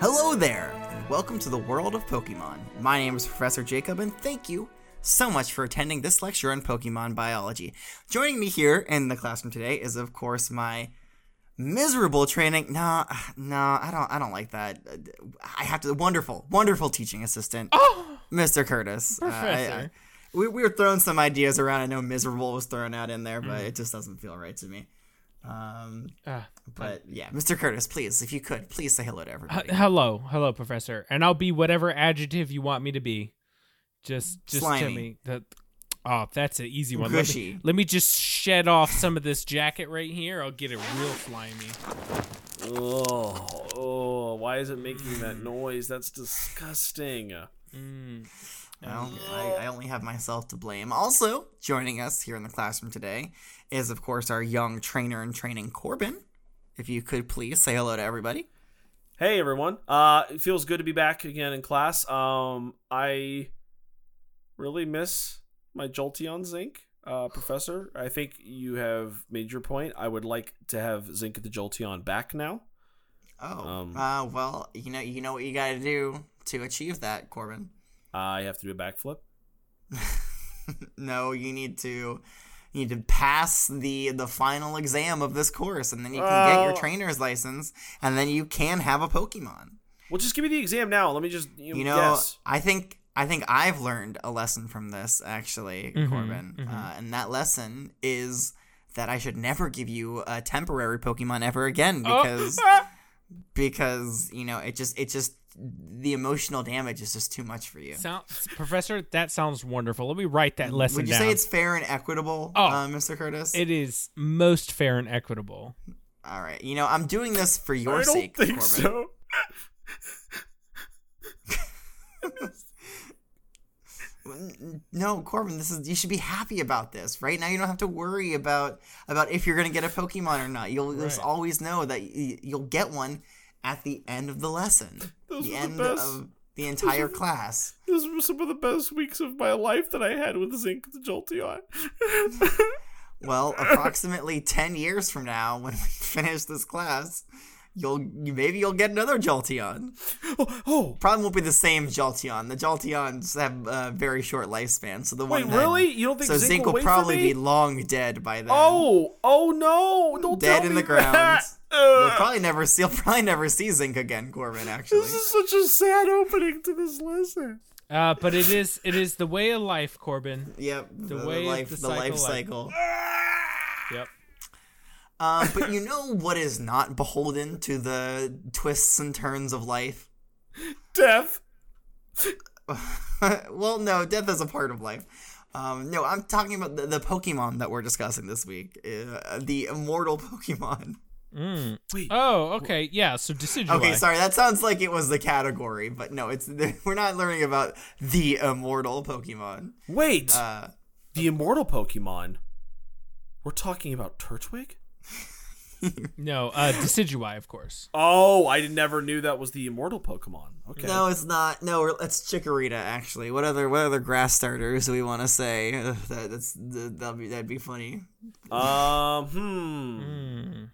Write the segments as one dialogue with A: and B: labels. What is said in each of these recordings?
A: Hello there, and welcome to the world of Pokemon. My name is Professor Jacob, and thank you so much for attending this lecture on Pokemon biology. Joining me here in the classroom today is, of course, my miserable training. No, no, I don't. I don't like that. I have to. Wonderful, wonderful teaching assistant, Mr. Curtis. Uh, I-
B: Professor.
A: I- we, we were throwing some ideas around. I know miserable was thrown out in there, but it just doesn't feel right to me. Um,
B: Ah.
A: but yeah, Mr. Curtis, please, if you could, please say hello to everybody.
B: H- hello, hello, Professor, and I'll be whatever adjective you want me to be. Just, just tell
A: Slimy.
B: me that. Oh, that's an easy one. Let
A: Gushy.
B: me, let me just shed off some of this jacket right here. I'll get it real slimy.
C: Oh, oh, why is it making that noise? That's disgusting.
B: Mm.
A: Well, I, I only have myself to blame. Also, joining us here in the classroom today is, of course, our young trainer and training Corbin. If you could please say hello to everybody.
C: Hey everyone. Uh it feels good to be back again in class. Um I really miss my Jolteon Zinc. Uh, professor, I think you have made your point. I would like to have Zinc the Jolteon back now.
A: Oh,
C: Um,
A: uh, well, you know, you know what you got to do to achieve that, Corbin.
C: I have to do a backflip.
A: no, you need to, you need to pass the the final exam of this course, and then you can get your
C: Oh.
A: trainer's license, and then you can have a Pokemon.
C: Well, just give me the exam now. Let me just you,
A: you know
C: guess.
A: i think i think i've learned a lesson from this actually
B: Mhm,
A: corbin Uh,
B: mhm.
A: and that lesson is that i should never give you a temporary pokemon ever again
B: Oh,
A: because
B: ah.
A: because you know it just it just the emotional damage is just too much for you
B: Sounds, Professor, that sounds wonderful. Let me write that lesson
A: would you
B: down.
A: say it's fair and equitable
B: Oh.
A: uh, mr curtis
B: it is most fair and equitable.
A: all right you know i'm doing this for your
C: I don't
A: sake
C: think
A: corbin
C: so.
A: no corbin this is you should be happy about this right now you don't have to worry about about if you're going to get a pokemon or not you'll just
B: Right.
A: always know that y- you'll get one at the end of the lesson
C: Those were
A: the
C: the
A: end
C: best.
A: of the entire class
C: This was some of the best weeks of my life that I had with Zinc the Jolteon.
A: well approximately 10 years from now when we finish this class you'll you, maybe you'll get another jolteon
C: oh, oh,
A: probably won't be the same jolteon the jolteons have a very short lifespan so the
C: wait,
A: one that-
C: really? You don't think
A: so
C: Zinc,
A: Zink
C: will,
A: will
C: wait
A: probably
C: for
A: be
C: me?
A: long dead by then.
C: Oh, oh no! Don't
A: dead
C: tell
A: in
C: me
A: the ground.
C: that.
A: You'll
C: Ugh.
A: probably never see. You'll probably never see Zinc again, Corbin. Actually,
C: This is such a sad opening to this lesson.
B: Uh, but it is, it is the way of life, Corbin.
A: yep. The,
B: way of
A: life,
B: the
A: the, life
B: cycle,
A: cycle.
B: Yep.
A: Uh, but you know what is not beholden to the twists and turns of life?
C: Death.
A: well, no, death is a part of life. Um, no, I'm talking about the, the Pokemon that we're discussing this week, uh, the immortal Pokemon.
B: Mm.
C: Wait.
B: Oh, okay. Yeah. So Decidueye.
A: Okay, sorry, that sounds like it was the category, but no, it's we're not learning about the immortal Pokemon.
C: Wait,
A: Uh,
C: the immortal Pokemon. We're talking about Turtwig.
B: No, uh, Decidueye, of course.
C: Oh, I never knew that was the immortal Pokemon. Okay.
A: No, it's not. No, we're- it's Chikorita actually. What other what other grass starters do we want to say? Ugh, That, that's that, that'd be that'd be funny.
C: Um. Hmm.
B: Mm.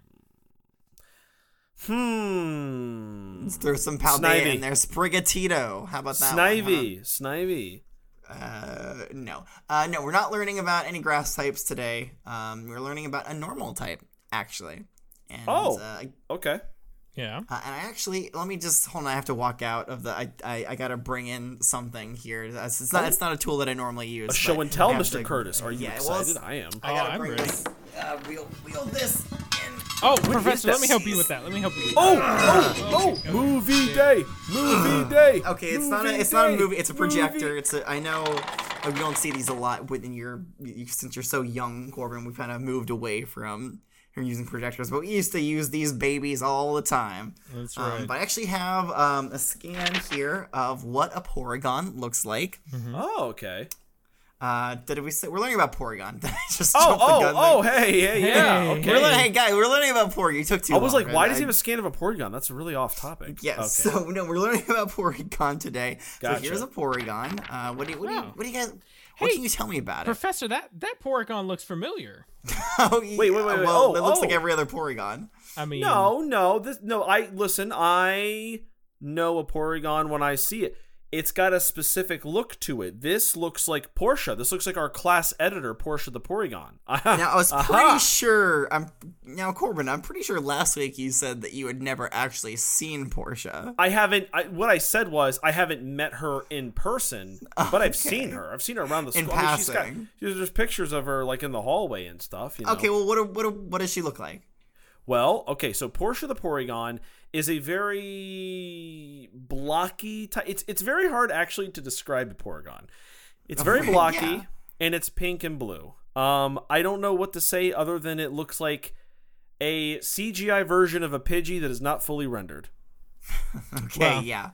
C: Hmm.
A: Let's throw some Paldea
C: Snivy.
A: in there. Sprigatito. How about that? One,
C: Snivy. Snivy.
A: huh? Uh, no, uh, no, we're not learning about any grass types today. Um, we're learning about a normal type actually. And,
C: Oh.
A: Uh,
C: Okay.
B: Yeah.
A: Uh, and I actually let me just hold on. I have to walk out of the. I I, I gotta bring in something here. That's, it's not. It's not a tool that I normally use.
C: Oh. A
A: but
C: show and tell,
A: I have
C: Mr.
A: to-
C: Curtis. Are you
A: yeah, well,
C: excited? I am.
A: I gotta
B: Oh, I'm
A: bring
B: ready.
A: this. Uh, wheel wheel this in.
B: Oh, Professor,
C: that?
B: let me help you with that. Let me help you. With
C: Oh, oh, oh! Movie day, movie day.
A: Uh, Okay, it's not a. It's not a movie. It's a projector. It's a. I know. uh, You don't see these a lot within your. You, since you're so young, Corbin, we've kind of moved away from from using projectors, but we used to use these babies all the time.
B: That's
A: Um, but I actually have um, a scan here of what a Porygon looks like.
C: Oh, okay.
A: Uh, did we say we're learning about Porygon? Did I just
C: Oh,
A: jump the
C: oh,
A: gun
C: oh!
A: there?
C: Hey, hey, yeah.
B: Hey.
C: Okay.
A: We're learning, hey guy, we're learning about Porygon. You took too
C: I
A: long.
C: was like, why does he
A: I-
C: have a scan of a Porygon? That's really off topic.
A: Yes.
C: Okay.
A: So no, we're learning about Porygon today. So
C: Gotcha.
A: here's a Porygon. Uh, what do you, what do you,
B: Wow.
A: what do you guys? What
B: Hey,
A: can you tell me about it?
B: Professor, that that Porygon looks familiar.
A: Oh, yeah,
C: wait, wait, wait.
A: Well,
C: Oh,
A: it looks like
C: oh.
A: every other Porygon.
B: I mean,
C: No, no, this no. I listen. I know a Porygon when I see it. It's got a specific look to it. This looks like Portia. This looks like our class editor, Portia the Porygon.
A: Now I was pretty
C: Ah, Aha.
A: sure. I'm now Corbin. I'm pretty sure last week you said that you had never actually seen Portia.
C: I haven't. I, what I said was I haven't met her in person, but I've seen
A: Oh, Okay.
C: her. I've seen her around the
A: In
C: school. I mean, she's got,
A: passing.
C: there's there's pictures of her like in the hallway and stuff. You know?
A: Okay, well, what do- what do- what does she look like?
C: Well, okay, so Portia the Porygon is a very blocky type. It's it's very hard actually to describe a Porygon. It's very
A: Yeah.
C: blocky and it's pink and blue. Um, I don't know what to say other than it looks like a CGI version of a Pidgey that is not fully rendered.
A: Okay,
B: Well,
A: yeah.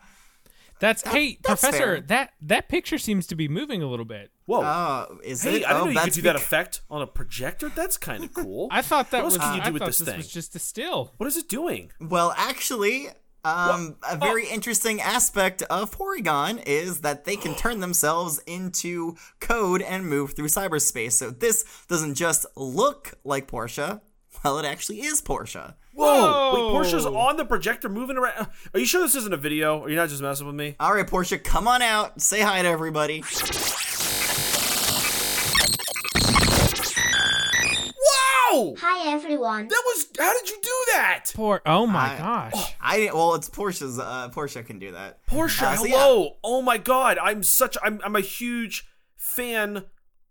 B: That's hey,
A: that's
B: Professor.
A: fair.
B: That that picture seems to be moving a little bit.
C: Whoa.
A: Oh, is
C: hey,
A: it?
C: I didn't
A: oh,
C: know you could
A: that's
C: do that
A: bec-
C: effect on a projector. That's kind of cool.
B: I thought that
C: What else
B: was.
C: can you
B: I
C: do with
B: thought
C: this
B: this,
C: thing?
B: was just a still.
C: what is it doing?
A: well, actually, um, a very interesting aspect of Porygon is that they can turn themselves into code and move through cyberspace. So this doesn't just look like Portia. Well, it actually is Portia.
C: Whoa! Wait,
B: Whoa.
C: Portia's on the projector moving around. Are you sure this isn't a video? Are you not just messing with me?
A: All right, Portia, come on out. Say hi to everybody.
C: Wow!
D: Hi everyone.
C: That was. How did you do that?
B: Poor. Oh my
A: I-
B: gosh.
A: I didn't- well, it's Portia's. Uh, Portia can do that.
C: Portia,
A: Uh, so yeah.
C: hello! Oh my god, I'm such. I'm. I'm a huge fan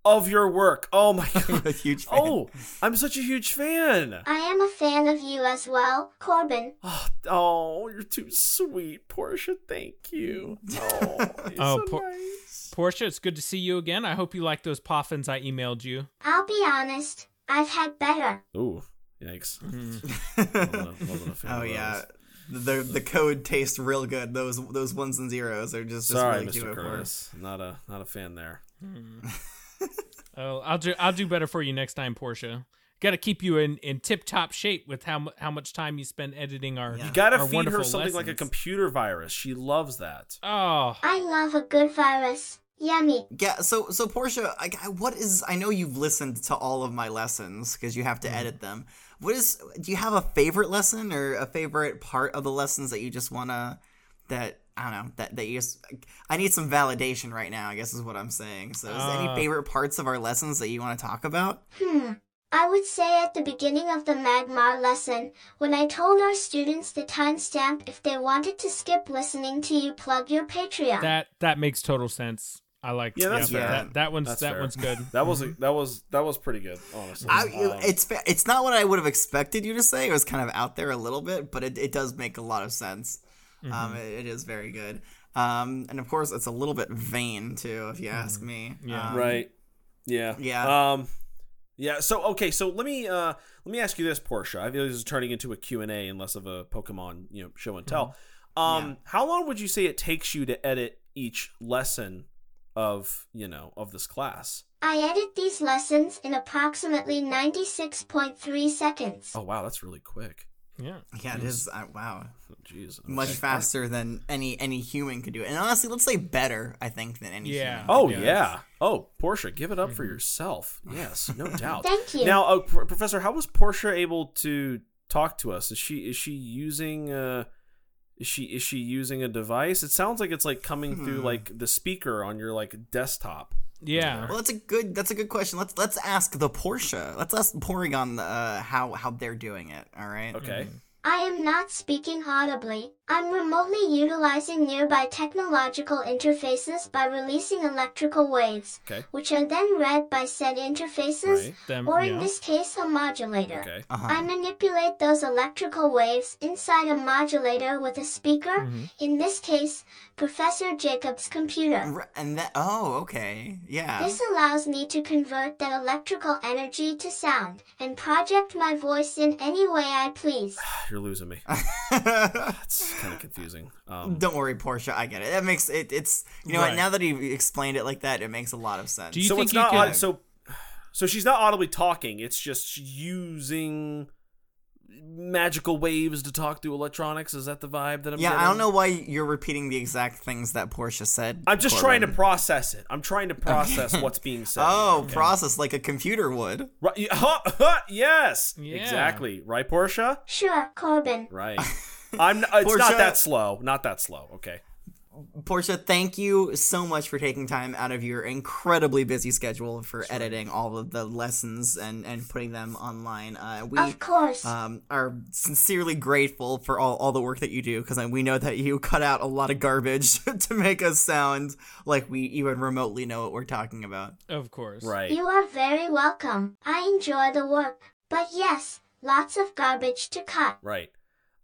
C: of your work. Oh my
A: a
C: god.
A: huge fan.
C: oh, I'm such a huge fan.
D: I am a fan of you as well, Corbin.
C: Oh, oh, you're too sweet, Portia. Thank you. Oh, you're
B: Oh,
C: so
B: Por-
C: nice.
B: Portia, it's good to see you again. I hope you like those poffins I emailed you.
D: I'll be honest, I've had better.
C: Ooh, yikes. Wasn't a- wasn't a fan
A: Hmm. oh
C: of
A: yeah,
C: those.
A: the the code tastes real good. Those those ones and zeros are just
C: Sorry,
A: just really cute
C: Mr.
A: of course.
C: Curtis. Not a not a fan there.
B: Oh, I'll do. I'll do better for you next time, Portia. Got to keep you in, in tip top shape with how mu- how much time you spend editing our.
A: You
C: You gotta
B: our
C: feed her
B: wonderful
C: something like a
B: lessons.
C: computer virus. She loves that.
B: Oh,
D: I love a good virus. Yummy.
A: Yeah, so so Portia, I, I- what is? I know you've listened to all of my lessons because you have to edit them. What is? Do you have a favorite lesson or a favorite part of the lessons that you just wanna that I don't know that that you just? I need some validation right now. I guess is what I'm saying. So, is there any
B: Uh.
A: favorite parts of our lessons that you want to talk about?
D: Hmm. I would say at the beginning of the Magmar lesson, when I told our students the timestamp if they wanted to skip listening to you plug your Patreon.
B: that that makes total sense. I like.
C: Yeah, that's
A: fair.
B: That, that one's
C: That's
B: that
C: fair.
B: one's good.
C: That was a, that was that was pretty good, honestly.
A: Mm-hmm. I,
C: Um,
A: it's fa- it's not what I would have expected you to say. It was kind of out there a little bit, but it, it does make a lot of sense.
B: Mm-hmm.
A: Um, it- it is very good. Um, and of course, it's a little bit vain too, if you ask me.
B: Mm-hmm. Yeah.
A: Um,
C: right yeah
A: Yeah.
C: um yeah so okay so let me uh let me ask you this portia i feel this is turning into a q&a and less of a pokemon you know show and tell um
A: Mm-hmm. Yeah.
C: how long would you say it takes you to edit each lesson of you know of this class
D: I edit these lessons in approximately 96.3 seconds.
C: oh wow that's really quick
B: Yeah.
A: Yeah, it is. Uh, wow,
C: Oh, jeez okay.
A: much faster than any any human could do it. And honestly, let's say better. I think than any.
B: Yeah.
A: Human.
C: oh
B: Yes.
C: yeah oh portia give it up for yourself yes no doubt
D: Thank you.
C: now uh, Pr- professor how was portia able to talk to us is she is she using uh is she is she using a device it sounds like it's like coming through
A: Hmm.
C: like the speaker on your like desktop
B: Yeah.
A: Well, that's a good that's a good question. Let's let's ask the Porsche. Let's ask Porygon uh, how how they're doing it. All right.
C: okay
D: I am not speaking audibly. I'm remotely utilizing nearby technological interfaces by releasing electrical waves,
C: okay
D: which are then read by said interfaces,
C: right
B: Them-
D: or
B: yeah.
D: in this case, a modulator.
C: okay
A: Uh-huh.
D: I manipulate those electrical waves inside a modulator with a speaker,
C: Mm-hmm.
B: Mhm.
D: in this case, Professor Jacob's
B: Mm-hmm.
D: computer.
A: Re- And that. Oh, okay. Yeah.
D: This allows me to convert that electrical energy to sound and project my voice in any way I please.
C: you're losing me that's kind of confusing um
A: Don't worry, Portia. I get it. That makes it. It's you know what.
B: Right.
A: Now that he explained it like that, it makes a lot of sense.
B: Do you
C: so
B: think
C: it's
B: you
C: not
B: could-
C: aud- so so she's not audibly talking it's just using magical waves to talk through electronics is that the vibe that i'm
A: yeah, I
C: getting?
A: don't know why you're repeating the exact things that Portia said.
C: I'm just
A: Corbin.
C: trying to process it. I'm trying to process what's being said.
A: Oh, process like a computer would.
C: Right. yeah, huh, huh, yes.
B: Yeah.
C: Exactly. Right, Portia?
D: Sure, Corbin.
C: Right. I'm. uh, It's
A: Portia-
C: not that slow. Not that slow. Okay.
A: Portia, thank you so much for taking time out of your incredibly busy schedule for editing all of the lessons and, and putting them online. Uh, we
D: Of course.
A: um, are sincerely grateful for all, all the work that you do because we know that you cut out a lot of garbage to make us sound like we even remotely know what we're talking about.
B: Of course.
C: Right.
D: You are very welcome. I enjoy the work. But yes, lots of garbage to cut.
C: Right.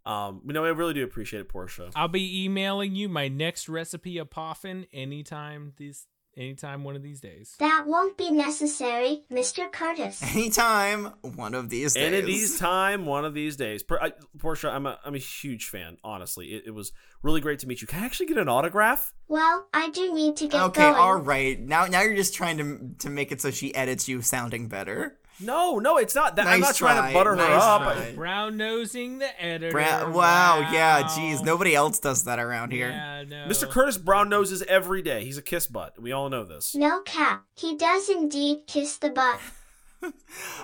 C: Um. You know, I really do appreciate it, Portia.
B: I'll be emailing you my next recipe of poffin anytime these anytime one of these days.
D: That won't be necessary, Mr. Curtis.
A: Anytime, one of these days.
C: And it is time one of these days. Per, I, Portia, I'm a, I'm a huge fan, honestly. It, it was really great to meet you. Can I actually get an autograph?
D: Well, I do need to get
A: okay,
D: going.
A: all right. Now, now you're just trying to to make it so she edits you sounding better.
C: No, no, it's not that. I'm
A: Nice
C: not trying
A: try.
C: to butter her
A: Nice
C: up.
A: try.
C: I-
B: Brown nosing the editor.
A: Bra- wow, yeah,
B: Wow.
A: jeez, nobody else does that around here.
B: Yeah, no.
C: Mr. Curtis Brown noses every day. He's a kiss butt. We all know this.
D: No cap. He does indeed kiss the butt.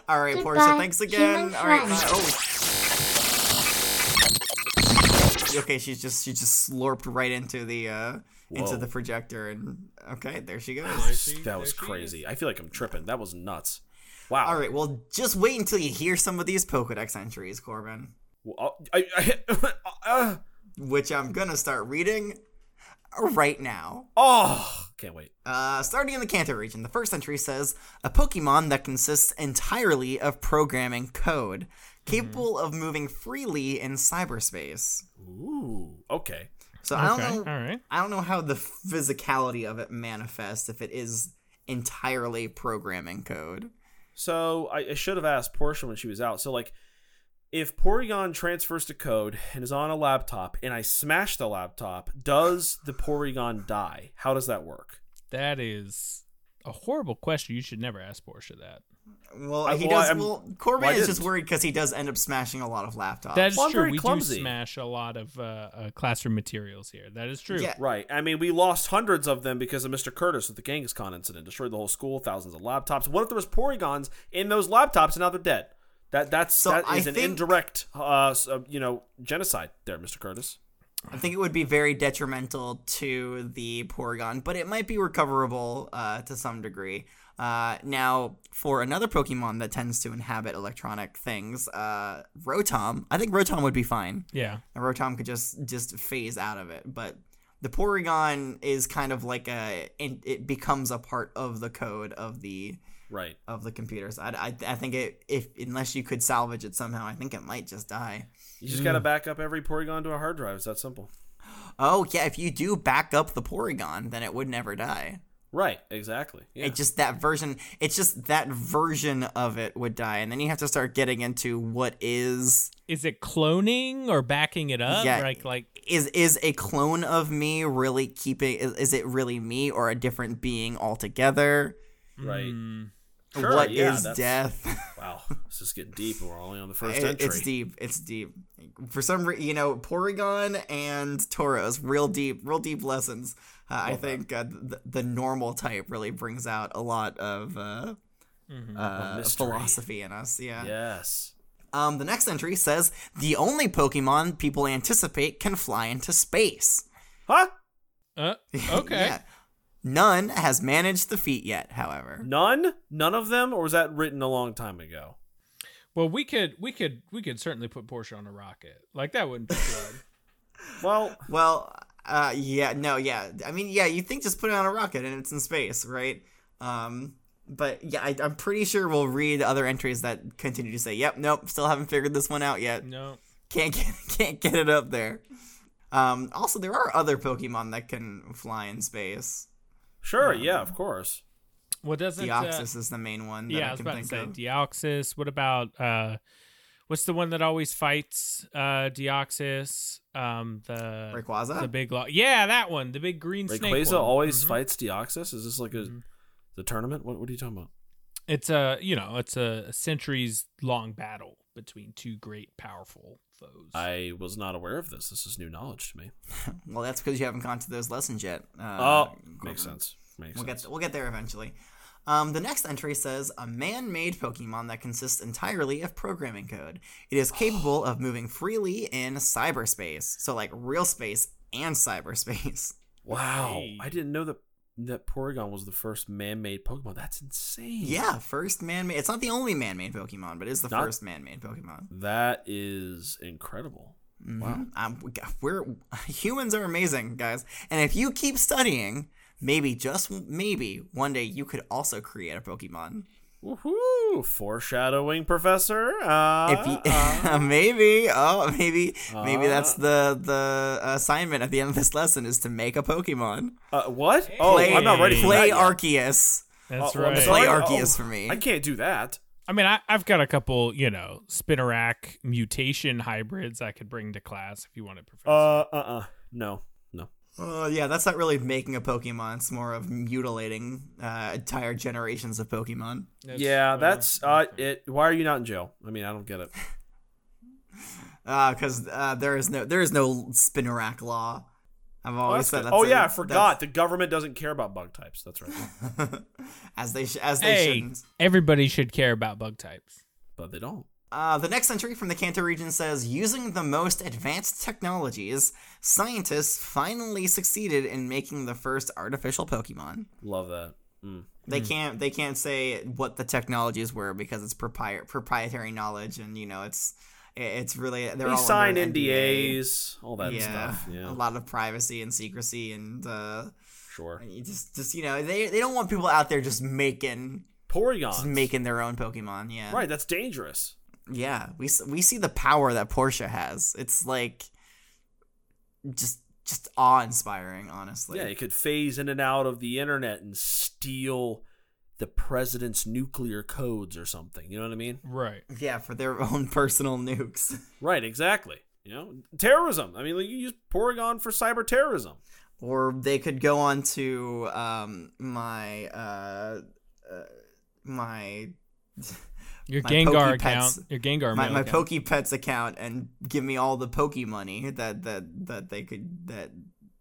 A: All right, Portia,
D: Goodbye,
A: thanks again.
D: human
A: All
D: friend.
A: right, bye. oh. uh, Okay, she's just she just slurped right into the uh into
C: Whoa.
A: the projector and okay, there she goes.
B: There she-
C: that
B: there
C: was
B: she
C: crazy.
B: is.
C: I feel like I'm tripping. That was nuts. Wow.
A: All right, well, just wait until you hear some of these Pokédex entries, Corbin,
C: Well, I, I, uh,
A: which I'm gonna start reading right now.
C: oh, can't wait.
A: Uh, starting in the Kanto region, the first entry says a Pokemon that consists entirely of programming code, capable of moving freely in cyberspace.
C: Ooh. Okay.
A: So I
B: Okay.
A: don't know.
B: All right.
A: I don't know how the physicality of it manifests if it is entirely programming code.
C: So I, I should have asked Portia when she was out. So like, if Porygon transfers to code and is on a laptop, and I smash the laptop, does the Porygon die? How does that work?
B: That is a horrible question. You should never ask Portia that.
A: Well,
C: I-
A: he
C: Uh, well,
A: does.
C: I'm-
A: well, Corbin
C: well, I
A: is just
C: didn't.
A: worried because he does end up smashing a lot of laptops.
B: That is
C: Well, I'm
B: true.
C: very
B: We
C: clumsy.
B: do smash a lot of uh, uh, classroom materials here. That is true.
A: Yeah.
C: Right. I mean, we lost hundreds of them because of Mr. Curtis with the Kangaskhan incident, destroyed the whole school, thousands of laptops. What if there was Porygons in those laptops and now they're dead? That that's
A: So
C: that
A: I
C: is an
A: think-
C: indirect, uh, s- uh, you know, genocide there, Mr. Curtis.
A: I think it would be very detrimental to the Porygon, but it might be recoverable uh, to some degree. Uh, now, for another Pokemon that tends to inhabit electronic things, uh, Rotom. I think Rotom would be fine.
B: Yeah.
A: And Rotom could just just phase out of it, but the Porygon is kind of like a it, it becomes a part of the code of the
C: Right.
A: of the computers. I, I, I think it if unless you could salvage it somehow, I think it might just die.
C: You just
A: Mm.
C: gotta back up every Porygon to a hard drive. It's that simple.
A: Oh yeah, if you do back up the Porygon, then it would never die.
C: Right. Exactly. Yeah.
A: It just that version. It's just that version of it would die, and then you have to start getting into what is
B: Is it cloning or backing it up?
A: Yeah.
B: Like like
A: is is a clone of me really keeping? Is, is it really me or a different being altogether?
C: Right.
B: mm,
A: What
C: Sure,
A: is
C: yeah, that's-
A: death?
C: Wow. This is getting deep. and We're only on the first
A: It-
C: entry.
A: it's deep. It's deep. For some reason, you know, Porygon and Tauros, real deep, real deep lessons. Uh, I
C: Love that.
A: think uh, the, the normal type really brings out a lot of uh, uh,
C: Mm-hmm. mystery.
A: philosophy in us. Yeah.
C: Yes.
A: Um, the next entry says the only Pokemon people anticipate can fly into space.
C: Huh?
B: uh, okay.
A: Yeah. None has managed the feat yet, however.
C: None? None of them? Or was that written a long time ago?
B: Well, we could we could we could certainly put Portia on a rocket. Like that wouldn't be good.
C: Well,
A: Well, uh, yeah, no, yeah. I mean, yeah, you think just put it on a rocket and it's in space, right? Um, but yeah, I, I'm pretty sure we'll read other entries that continue to say, "Yep, nope, still haven't figured this one out yet.
B: no.
A: Can't get, can't get it up there." Um, also, there are other Pokemon that can fly in space.
C: sure. Yeah, of course.
B: Well, doesn't uh,
A: Deoxys is the main one. That
B: yeah, I,
A: I
B: was
A: can
B: about to
A: think
B: say
A: of.
B: Deoxys. What about uh, what's the one that always fights uh, Deoxys? Um, the
A: Rayquaza?
B: the big lo- yeah, that one, the big green snake.
C: Rayquaza
B: one.
C: always
B: Mhm.
A: Mm-hmm.
C: fights Deoxys? Is this like a the tournament? What, what are you talking about?
B: It's a you know it's a centuries long battle between two great powerful foes.
C: I was not aware of this. This is new knowledge to me.
A: Well, that's because you haven't gone to those lessons yet. Uh,
C: oh,
A: Corbin.
C: makes sense. Makes
A: We'll get
C: sense.
A: we'll get there eventually. Um, the next entry says a man-made Pokemon that consists entirely of programming code. It is capable of moving freely in cyberspace, so like real space and cyberspace.
C: Wow,
B: Hey.
C: I didn't know that that Porygon was the first man-made Pokemon. That's insane.
A: yeah, first man-made. It's not the only man-made Pokemon, but it is the
C: Not-
A: first man-made Pokemon.
C: that is incredible. Wow.
A: Mhm. Um, we got- we're humans are amazing, guys. And if you keep studying, maybe just maybe one day you could also create a Pokemon.
C: Woohoo! Foreshadowing, Professor. Uh,
A: if you,
C: uh,
A: maybe oh maybe maybe that's
C: Uh.
A: the the assignment at the end of this lesson is to make a pokemon
C: uh, what? Oh,
A: play,
C: I'm not ready for
A: play
C: that yet.
A: arceus
B: That's
C: Oh, I'm
B: right.
A: sorry. Play
C: Oh,
A: Arceus for me.
C: I can't do that.
B: I mean, I, I've got a couple, you know, Spinnerack mutation hybrids I could bring to class if you wanted, Professor.
C: Uh, uh, uh. No, no.
A: oh yeah that's not really making a pokemon it's more of mutilating uh, entire generations of pokemon
B: That's-
C: yeah,
B: well,
C: that's uh,
B: okay.
C: it. Why are you not in jail? I mean, I don't get it.
A: because uh, there is no there is no spinnerack law i've always
C: That's
A: said
C: good.
A: that's
C: oh
A: a-
C: yeah, I forgot. The government doesn't care about bug types. That's right.
A: that's- as they sh- as they
B: Hey,
A: shouldn't
B: everybody should care about bug types.
C: but they don't.
A: Uh, the next entry from the Kanto region says Using the most advanced technologies, scientists finally succeeded in making the first artificial Pokemon.
C: Love that. Mm.
A: They can't they can't say what the technologies were because it's propri- proprietary knowledge and you know it's it- it's really they're
C: We
A: all
C: sign
A: under an NDA.
C: NDAs, all that
A: yeah,
C: stuff. Yeah,
A: a lot of privacy and secrecy and uh,
C: sure.
A: you just just you know they they don't want people out there just making
C: Porygons.
A: just making their own Pokemon. Yeah,
C: right. That's dangerous.
A: yeah we s- we see the power that Portia has it's like just just awe-inspiring honestly
C: yeah, it could phase in and out of the internet and steal the president's nuclear codes or something. You know what I mean?
B: Right.
A: yeah for their own personal nukes
C: Right. Exactly. You know, terrorism. I mean, like, you use Porygon for cyber terrorism.
A: or they could go on to um my uh, uh my
B: Your
A: My
B: Gengar
A: Pokepets-
B: account. Your Gengar
A: my,
B: mail
A: my
B: account.
A: pokepets account and give me all the poke money that that that they could that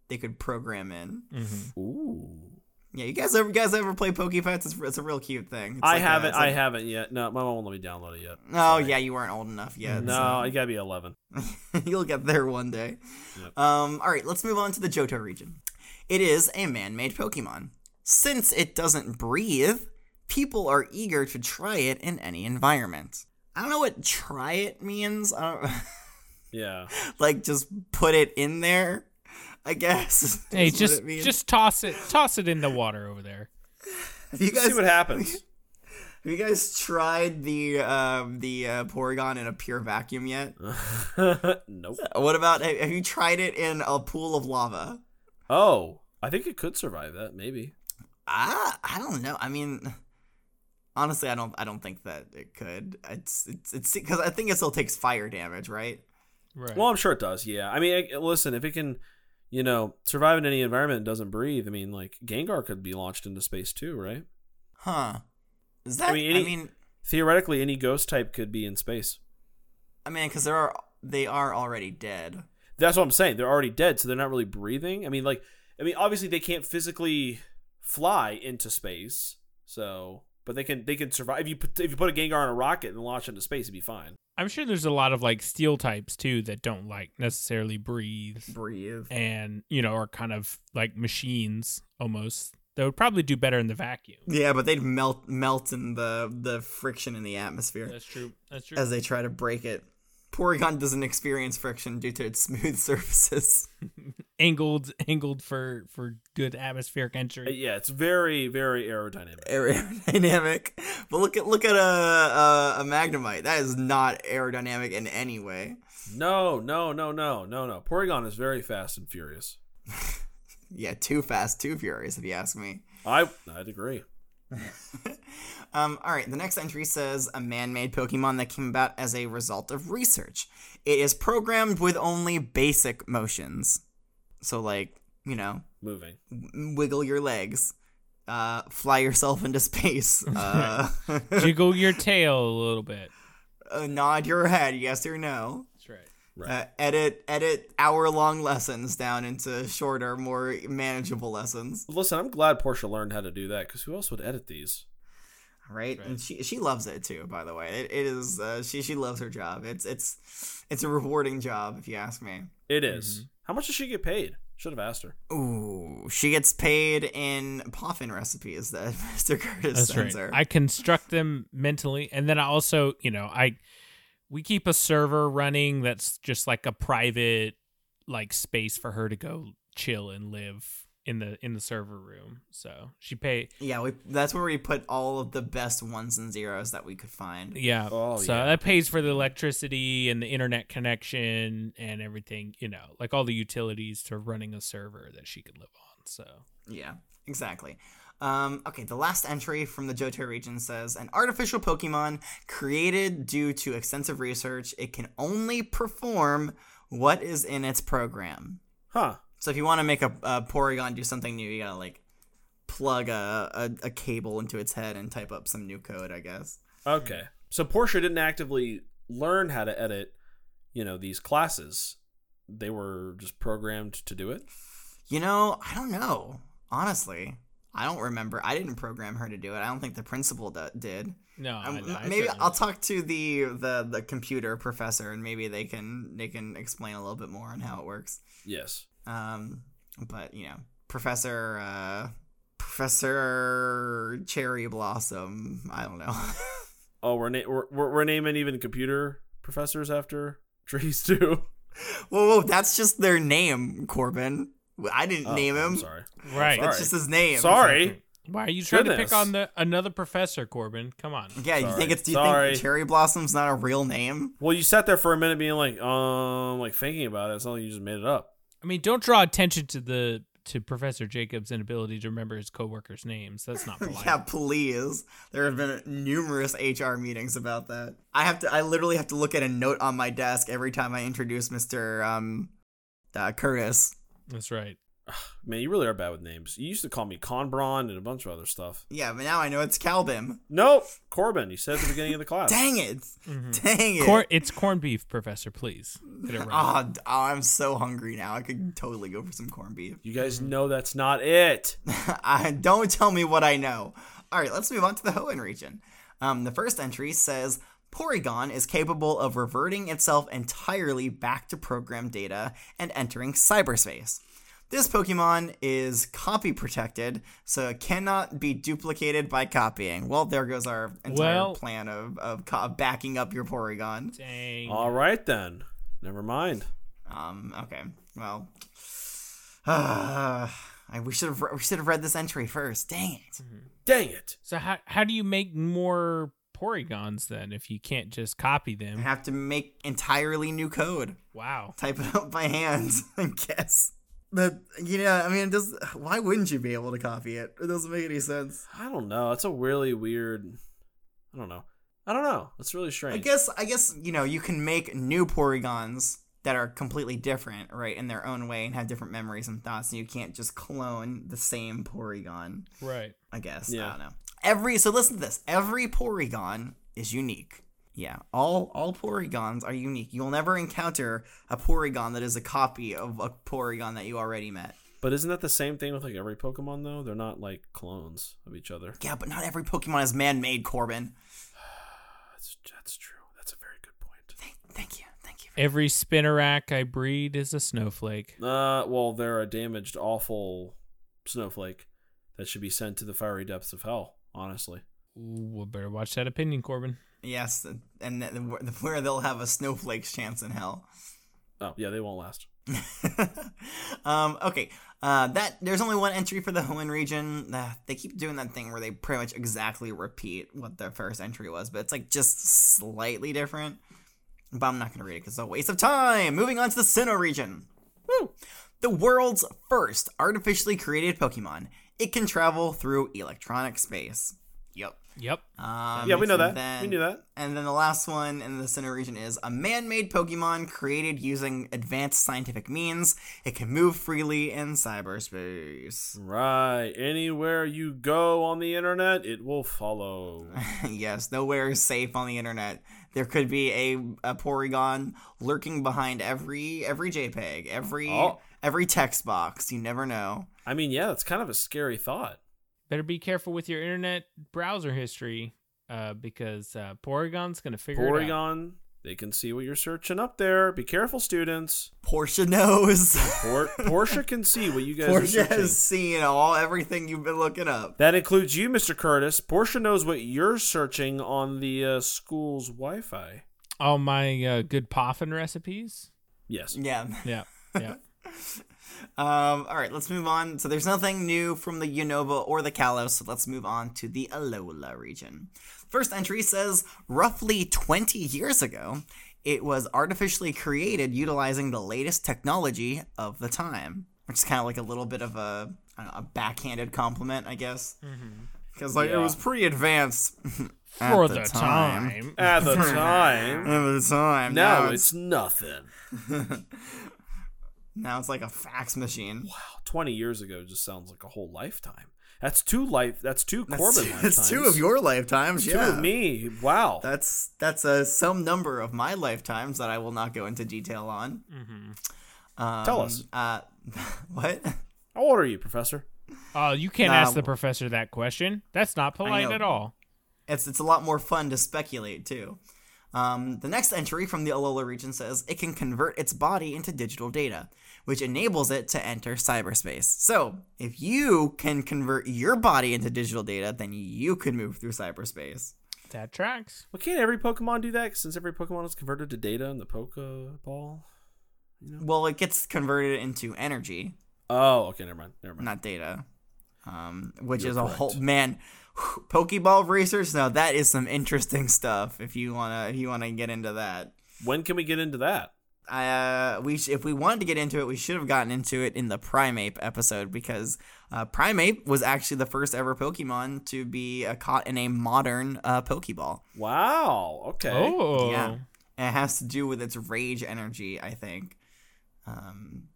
A: they could program in
B: Mhm.
C: Ooh.
A: yeah you guys ever you guys ever play pokepets it's, it's a real cute thing It's
C: I
A: like a-
C: haven't.
A: it's
C: I
A: like-
C: haven't yet. No, my mom won't let me download it yet.
A: Oh
C: Sorry.
A: yeah, uh, you weren't old enough yet.
C: No,
A: so-
C: I gotta be eleven.
A: You'll get there one day.
C: Yep.
A: Um, all right, let's move on to the Johto region. It is a man made Pokemon. Since it doesn't breathe, people are eager to try it in any environment. I don't know what try it means. I don't,
C: Yeah.
A: like, just put it in there, I guess. is
B: Hey,
A: what it
B: just
A: means.
B: just toss it toss it in the water over there.
A: Have you
C: See
A: guys,
C: what happens.
A: have you guys tried the um, the uh, Porygon in a pure vacuum yet?
C: nope.
A: What about have have you tried it in a pool of lava?
C: Oh, I think it could survive that. Maybe.
A: I I don't know. I mean, honestly, I don't I don't think that it could. It's it's it's because I think it still takes fire damage, right?
B: Right.
C: Well, I'm sure it does. Yeah. I mean, I, listen, if it can, you know, survive in any environment and doesn't breathe, I mean, like Gengar could be launched into space too, right?
A: Huh? Is that? I
C: mean,
A: mean,
C: any-
A: I mean,
C: Theoretically, any ghost type could be in space.
A: I mean, because there are they are already dead.
C: That's what I'm saying. They're already dead, so they're not really breathing. I mean, like, I mean, obviously they can't physically fly into space, so but they can they can survive. If you put, if you put a Gengar on a rocket and launch into space, it'd be fine.
B: I'm sure there's a lot of like steel types too that don't like necessarily breathe
A: Breathe.
B: and you know are kind of like machines almost. They would probably do better in the vacuum.
A: Yeah, but they'd melt melt in the the friction in the atmosphere
B: true. That's true.
A: as they try to break it. Porygon doesn't experience friction due to its smooth surfaces.
B: angled angled for for good atmospheric
C: Uh,
B: entry.
C: Yeah, it's very very aerodynamic.
A: Aerodynamic, but look at look at a a, a Magnemite. That is not aerodynamic in any way.
C: No, no, no, no, no, no. Porygon is very fast and furious.
A: Yeah, too fast, too furious, if you ask me.
C: I I'd agree.
A: Um, all right, the next entry says a man made Pokemon that came about as a result of research. It is programmed with only basic motions. So, like, you know,
C: Moving.
A: w- wiggle your legs, uh, fly yourself into space, uh,
B: Jiggle your tail a little bit.
A: uh, nod your head, yes or no.
B: That's right.
A: Uh, edit edit hour long lessons down into shorter, more manageable lessons.
C: Listen, I'm glad Portia learned how to do that because who else would edit these?
A: Right? and she she loves it too. By the way, it, it is uh, she she loves her job. It's it's it's a rewarding job if you ask me.
C: It is. How much does she get paid? Should have asked her.
A: Ooh, she gets paid in poffin recipes that Mr. Curtis
B: That's
A: sends
B: right.
A: her.
B: I construct them mentally, and then I also, you know, I we keep a server running that's just like a private like space for her to go chill and live in the in the server room. So she pay
A: yeah, we, that's where we put all of the best ones and zeros that we could find.
B: yeah.
C: Oh,
B: so
C: yeah.
B: that pays for the electricity and the internet connection and everything, you know, like all the utilities to running a server that she could live on. So
A: Yeah, exactly. Um, okay, the last entry from the Johto region says an artificial Pokemon created due to extensive research. It can only perform what is in its program.
C: Huh.
A: So if you want to make a, a Porygon do something new, you gotta like plug a, a, a cable into its head and type up some new code, I guess.
C: Okay. So Portia didn't actively learn how to edit, you know, these classes. They were just programmed to do it.
A: You know, I don't know. Honestly, I don't remember. I didn't program her to do it. I don't think the principal d- did.
B: no, I-
A: Um,
B: no, I
A: maybe
B: certainly
A: I'll
B: don't.
A: talk to the, the the computer professor and maybe they can they can explain a little bit more on how it works.
C: Yes.
A: Um, but you know, Professor uh, Professor Cherry Blossom. I don't know.
C: Oh, we're, na- we're we're we're naming even computer professors after trees too.
A: whoa, whoa, that's just their name, Corbin. I didn't
C: Oh,
A: name
C: I'm
A: him.
C: sorry.
B: right.
A: That's just his name.
C: Sorry.
B: Why are you trying to
C: Goodness.
B: pick on the another professor, Corbin? Come on.
A: Yeah, you
C: Sorry.
A: think it's? Do you
C: Sorry.
A: think Cherry Blossom's not a real name?
C: Well, you sat there for a minute being like, um, like thinking about it. It's not like you just made it up.
B: I mean, don't draw attention to the to Professor Jacobs' inability to remember his coworkers' names. That's not polite.
A: Yeah, please. There have been numerous HR meetings about that. I have to. I literally have to look at a note on my desk every time I introduce Mister um, uh, Curtis.
B: That's right.
C: Man, you really are bad with names. You used to call me Conbron and a bunch of other stuff.
A: Yeah, but now I know it's Calbim.
C: Nope, Corbin. You said at the beginning of the class.
A: Dang it!
C: Mm-hmm.
A: Dang it!
B: Corn, it's corned beef, Professor. Please get it right.
A: oh, d- oh, I'm so hungry now. I could totally go for some corned beef.
C: You guys know that's not it.
A: I, don't tell me what I know. All right, let's move on to the Hoenn region. Um, the first entry says Porygon is capable of reverting itself entirely back to program data and entering cyberspace. This Pokemon is copy protected, so it cannot be duplicated by copying. Well, there goes our entire
B: Well-
A: plan of, of co- backing up your Porygon.
B: Dang.
C: All right then. Never mind.
A: Um. Okay. Well. I, we should have we should have read this entry first. Dang it!
C: Dang it.
B: So how how do you make more Porygons then if you can't just copy
A: I
B: them?
A: have to make entirely new code,
B: Wow.
A: type it up by hand, I guess. But you know, I mean, it does why wouldn't you be able to copy it? It doesn't make any sense.
C: I don't know. It's a really weird. I don't know. I don't know. It's really strange.
A: I guess I guess you know you can make new Porygons that are completely different, right, in their own way, and have different memories and thoughts, and you can't just clone the same Porygon.
B: Right.
A: I guess. I
C: Yeah.
A: don't know. Every so listen to this. Every Porygon is unique. Yeah, all all Porygons are unique. You'll never encounter a Porygon that is a copy of a Porygon that you already met.
C: But isn't that the same thing with like every Pokemon though? They're not like clones of each other.
A: Yeah, but not every Pokemon is man-made, Corbin.
C: That's that's true. That's a very good point.
A: Thank, thank you, thank you.
B: Every spinnerack I breed is a snowflake.
C: Uh, well, they're a damaged, awful snowflake that should be sent to the fiery depths of hell. Honestly,
B: Ooh, well, better watch that opinion, Corbin.
A: Yes, and th- where they'll have a snowflake's chance in hell.
C: oh yeah, they won't last.
A: um, okay, uh, that there's only one entry for the Hoenn region. Uh, they keep doing that thing where they pretty much exactly repeat what their first entry was, but it's like just slightly different. But I'm not gonna read it because it's a waste of time. Moving on to the Sinnoh region. Woo! The world's first artificially created Pokemon. It can travel through electronic space. Yep.
B: Yep.
A: Um,
C: yeah, we know
A: and
C: that.
A: then-
C: we knew that.
A: And then the last one in the center region is a man made Pokemon created using advanced scientific means. It can move freely in cyberspace.
C: Right. Anywhere you go on the internet, it will follow.
A: yes, nowhere is safe on the internet. There could be a, a Porygon lurking behind every every JPEG, every
C: Oh.
A: every text box. You never know.
C: I mean, yeah, that's kind of a scary thought.
B: Better be careful with your internet browser history, uh, because uh, Porygon's gonna figure it out.
C: Porygon, they can see what you're searching up there. Be careful, students.
A: Portia knows.
C: Por- Portia can see what you guys
A: Portia
C: are searching.
A: has seen all everything you've been looking up.
C: That includes you, Mr. Curtis. Portia knows what you're searching on the uh, school's Wi-Fi.
B: All my uh, good poffin recipes.
C: Yes.
A: Yeah.
B: Yeah. Yeah.
A: Um, all right, let's move on. So there's nothing new from the Unova or the Kalos, so let's move on to the Alola region. First entry says roughly 20 years ago, it was artificially created utilizing the latest technology of the time, which is kind of like a little bit of a, I don't know, a backhanded compliment, I guess,
C: Mm-hmm.
A: because like it was pretty advanced At
B: For
A: the
B: the,
A: time.
B: time.
C: At the time,
A: at the time.
C: no,
A: now
C: it's nothing.
A: now it's like a fax machine.
C: Wow, twenty years ago just sounds like a whole lifetime. That's two life. That's two Corbin
A: That's,
C: lifetimes.
A: that's two of your lifetimes.
C: Two
A: yeah.
C: of me. Wow.
A: That's that's a some number of my lifetimes that I will not go into detail on. Um,
C: Tell us.
A: Uh, what?
C: How old are you, Professor?
B: Oh, you can't
A: Nah,
B: ask the
A: w-
B: professor that question. That's not polite
A: know.
B: at all.
A: It's it's a lot more fun to speculate too. Um, the next entry from the Alola region says it can convert its body into digital data, which enables it to enter cyberspace. So, if you can convert your body into digital data, then you can move through cyberspace.
B: That tracks.
C: Well, can't every Pokemon do that? Since every Pokemon is converted to data in the Pokeball.
A: Well, it gets converted into energy,
C: Oh, okay. Never mind. Never mind.
A: not data. Um, which
C: You're
A: is a whole
C: correct.
A: man. Pokeball research. Now that is some interesting stuff. If you wanna, if you wanna get into that,
C: When can we get into that?
A: uh, we sh- if we wanted to get into it, we should have gotten into it in the Primeape episode because uh, Primeape was actually the first ever Pokemon to be uh, caught in a modern uh, Pokeball.
C: Wow. Okay.
B: Oh.
A: Yeah, and it has to do with its rage energy. I think. Um,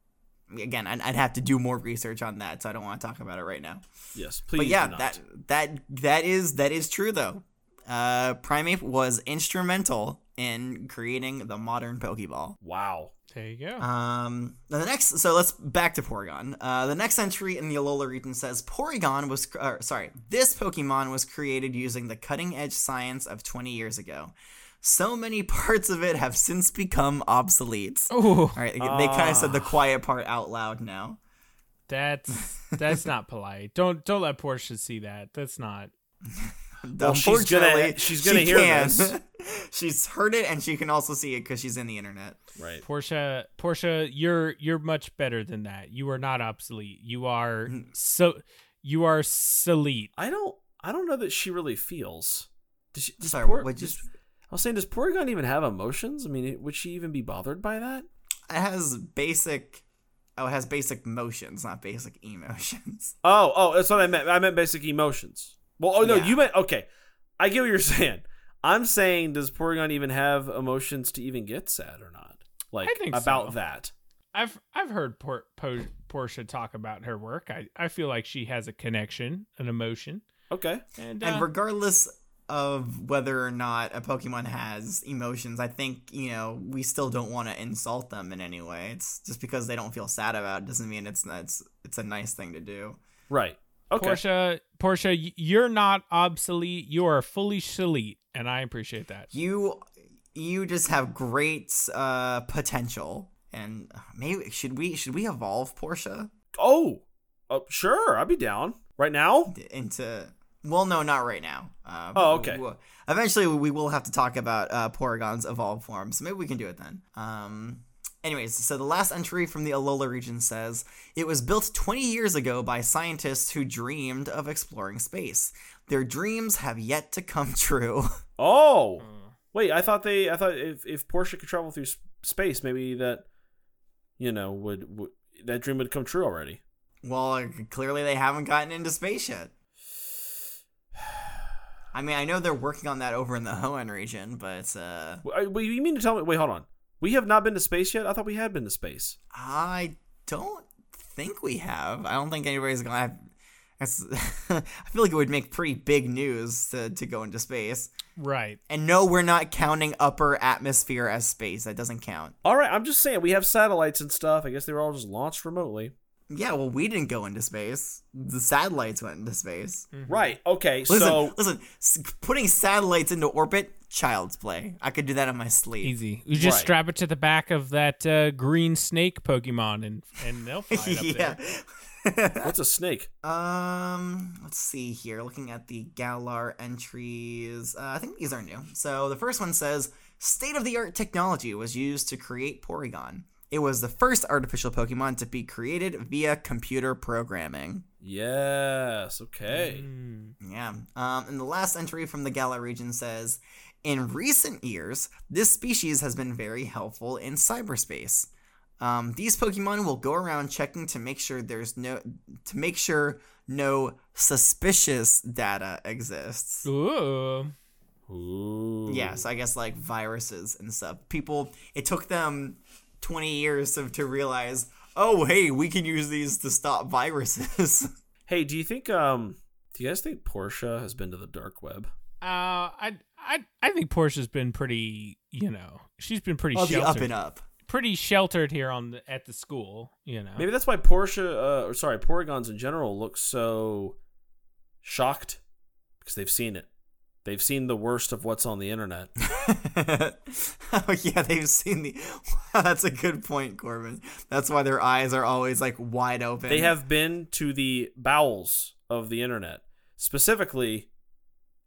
A: again, I'd, I'd have to do more research on that, so I don't want to talk about it right now.
C: Yes. Please.
A: but yeah,
C: do not.
A: that that that is that is true though. Uh, Primeape was instrumental in creating the modern Pokeball.
C: Wow.
B: There you
C: Hmm.
B: go.
A: Um, the next, so let's back to Porygon. Uh, the next entry in the Alola region says Porygon was, cr- uh, sorry, this Pokemon was created using the cutting edge science of 20 years ago. So many parts of it have since become obsolete.
B: oh.
A: All right, they, kind of
C: Ah.
A: said the quiet part out loud now.
B: That's that's not polite. Don't don't let Portia see that. That's not.
C: Well, she's gonna-
A: Unfortunately,
C: she's gonna
A: she
C: hear
A: can.
C: this.
A: she's heard it, and she can also see it because she's in the internet.
C: Right.
B: Portia Portia, you're you're much better than that. You are not obsolete. You are so you are solite.
C: I don't. I don't know that she really feels. Does she, does
A: Sorry,
C: Por-
A: what'd you
C: does-
A: s-
C: I was saying, does Porygon even have emotions? I mean, would she even be bothered by that?
A: It has basic, oh, it has basic motions, not basic emotions.
C: Oh, oh, that's what I meant. I meant basic emotions. Well, oh no,
A: Yeah.
C: you meant okay. I get what you're saying. I'm saying, does Porygon even have emotions to even get sad or not? Like
B: I think so.
C: about that.
B: I've I've heard Por- po- Portia talk about her work. I, I feel like she has a connection, an emotion.
C: Okay.
B: And,
A: And
B: uh,
A: regardless of whether or not a Pokemon has emotions, I think, you know, we still don't want to insult them in any way. It's just because they don't feel sad about it doesn't mean it's it's it's a nice thing to do.
C: Right. Okay.
B: Portia Portia, y- you're not obsolete. You are fully solite, and I appreciate that.
A: You you just have great uh potential. And uh, maybe should we should we evolve Portia
C: Oh, oh, sure. I'd be down right now.
A: into well no not right now. Uh,
C: Oh, okay.
A: we- eventually we will have to talk about uh, Porygon's evolved form, so maybe we can do it then. Um, anyways, so the last entry from the Alola region says it was built 20 years ago by scientists who dreamed of exploring space. Their dreams have yet to come true.
C: Oh,
B: Hmm.
C: wait. I thought they. I thought if if Portia could travel through s- space, maybe that, you know, would, would that dream would come true already.
A: well, clearly they haven't gotten into space yet. I mean, I know they're working on that over in the Hoenn region, but uh,
C: Wait, wait, you mean to tell me? Wait, hold on. We have not been to space yet. I thought we had been to space.
A: I don't think we have. I don't think anybody's gonna. Have, that's, I feel like it would make pretty big news to, to go into space.
B: Right.
A: And no, we're not counting upper atmosphere as space. That doesn't count.
C: All right, I'm just saying we have satellites and stuff. I guess they were all just launched remotely.
A: Yeah, well, we didn't go into space. The satellites went into space.
C: Right. Okay.
A: Listen,
C: so
A: listen. s- Putting satellites into orbit, child's play. I could do that on my sleep.
B: Easy. You just
C: Right.
B: strap it to the back of that uh, green snake Pokemon, and and they'll fly it up
A: yeah.
B: there.
C: what's a snake?
A: Um, let's see here. Looking at the Galar entries, uh, I think these are new. So the first one says state of the art technology was used to create Porygon. It was the first artificial Pokemon to be created via computer programming.
C: Yes. Okay.
B: Mm.
A: Yeah. Um, and the last entry from the Galar region says In recent years, this species has been very helpful in cyberspace. Um, these Pokemon will go around checking to make sure there's no to make sure no suspicious data exists.
B: Ooh.
C: Ooh.
A: Yeah, so I guess like viruses and stuff. People, it took them 20 years to, to realize, oh hey, we can use these to stop viruses.
C: Hey, do you think um do you guys think Portia has been to the dark web?
B: Uh, I I I think Portia's been pretty. You know, she's been pretty
A: oh, the up
B: sheltered.
A: and up.
B: Pretty sheltered here on the, at the school. You know.
C: Maybe that's why Portia uh or sorry, Porygons in general look so shocked because they've seen it. They've seen the worst of what's on the internet.
A: oh yeah, they've seen the. Wow, that's a good point, Corbin. That's why their eyes are always like wide open.
C: They have been to the bowels of the internet, specifically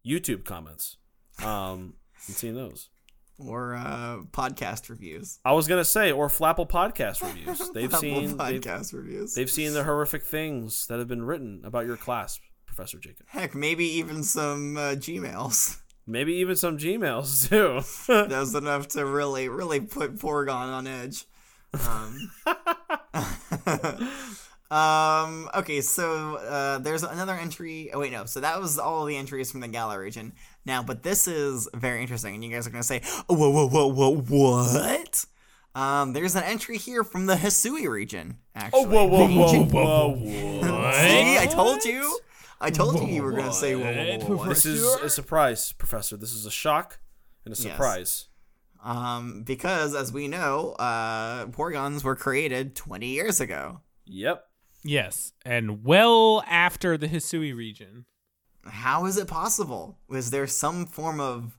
C: YouTube comments. Um, and seen those.
A: or uh, podcast reviews.
C: I was gonna say, or Flapple podcast reviews. They've
A: Apple
C: seen they've,
A: podcast reviews.
C: they've seen the horrific things that have been written about your class, Professor Jacob.
A: Heck, maybe even some uh, Gmails.
C: Maybe even some Gmails too.
A: That was enough to really, really put Porygon on edge. Um, um, okay, so uh, there's another entry. Oh, wait, no. So that was all the entries from the Gala region. Now, but this is very interesting, and you guys are going to say, "Oh, whoa, whoa, whoa, whoa, what? Um, there's an entry here from the Hisui region, actually.
C: oh, whoa, whoa,
A: The
C: whoa,
A: ancient-
C: whoa, whoa!
A: See, I told you. I told you you were going to say, whoa, whoa, whoa, whoa, what?
C: This is a surprise, Professor. This is a shock and a surprise.
A: Um, because as we know, uh, Porygons were created 20 years ago.
C: Yep.
B: Yes, and well after the Hisui region.
A: How is it possible? Was there some form of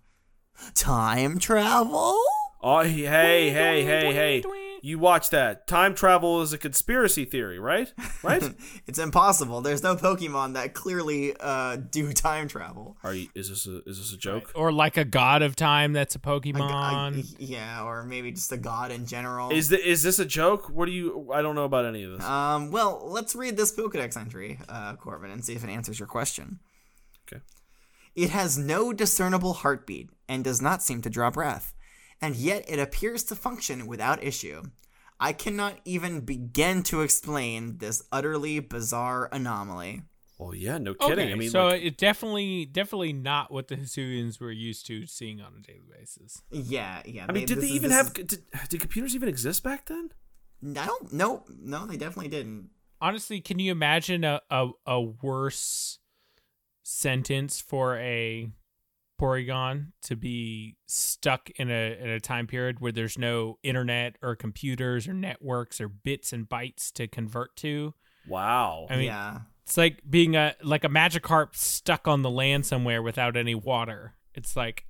A: time travel?
C: Oh, he- hey, hey, hey, hey! You watch that. Time travel is a conspiracy theory, right? Right?
A: It's impossible. There's no Pokemon that clearly uh, do time travel.
C: Are you? Is this a is this a joke?
B: Or like a god of time that's a Pokemon.
A: I- I- yeah, or maybe just a god in general.
C: Is the, is this a joke? What do you? I don't know about any of this.
A: Um, well, let's read this Pokedex entry, uh, Corbin, and see if it answers your question.
C: Okay.
A: It has no discernible heartbeat and does not seem to draw breath, and yet it appears to function without issue. I cannot even begin to explain this utterly bizarre anomaly.
C: Well, yeah, no
B: Okay,
C: kidding. I mean,
B: so
C: like,
B: it definitely, definitely not what the Hisuians were used to seeing on a daily basis.
A: Yeah, yeah.
C: I mean, did
A: this
C: they
A: is-
C: even
A: this
C: have?
A: is-
C: Did, did computers even exist back then?
A: I don't. No, no, they definitely didn't.
B: Honestly, can you imagine a a, a worse sentence for a Porygon to be stuck in a in a time period where there's no internet or computers or networks or bits and bytes to convert to?
C: Wow.
B: I mean,
A: yeah.
B: It's like being a like a Magikarp stuck on the land somewhere without any water. It's like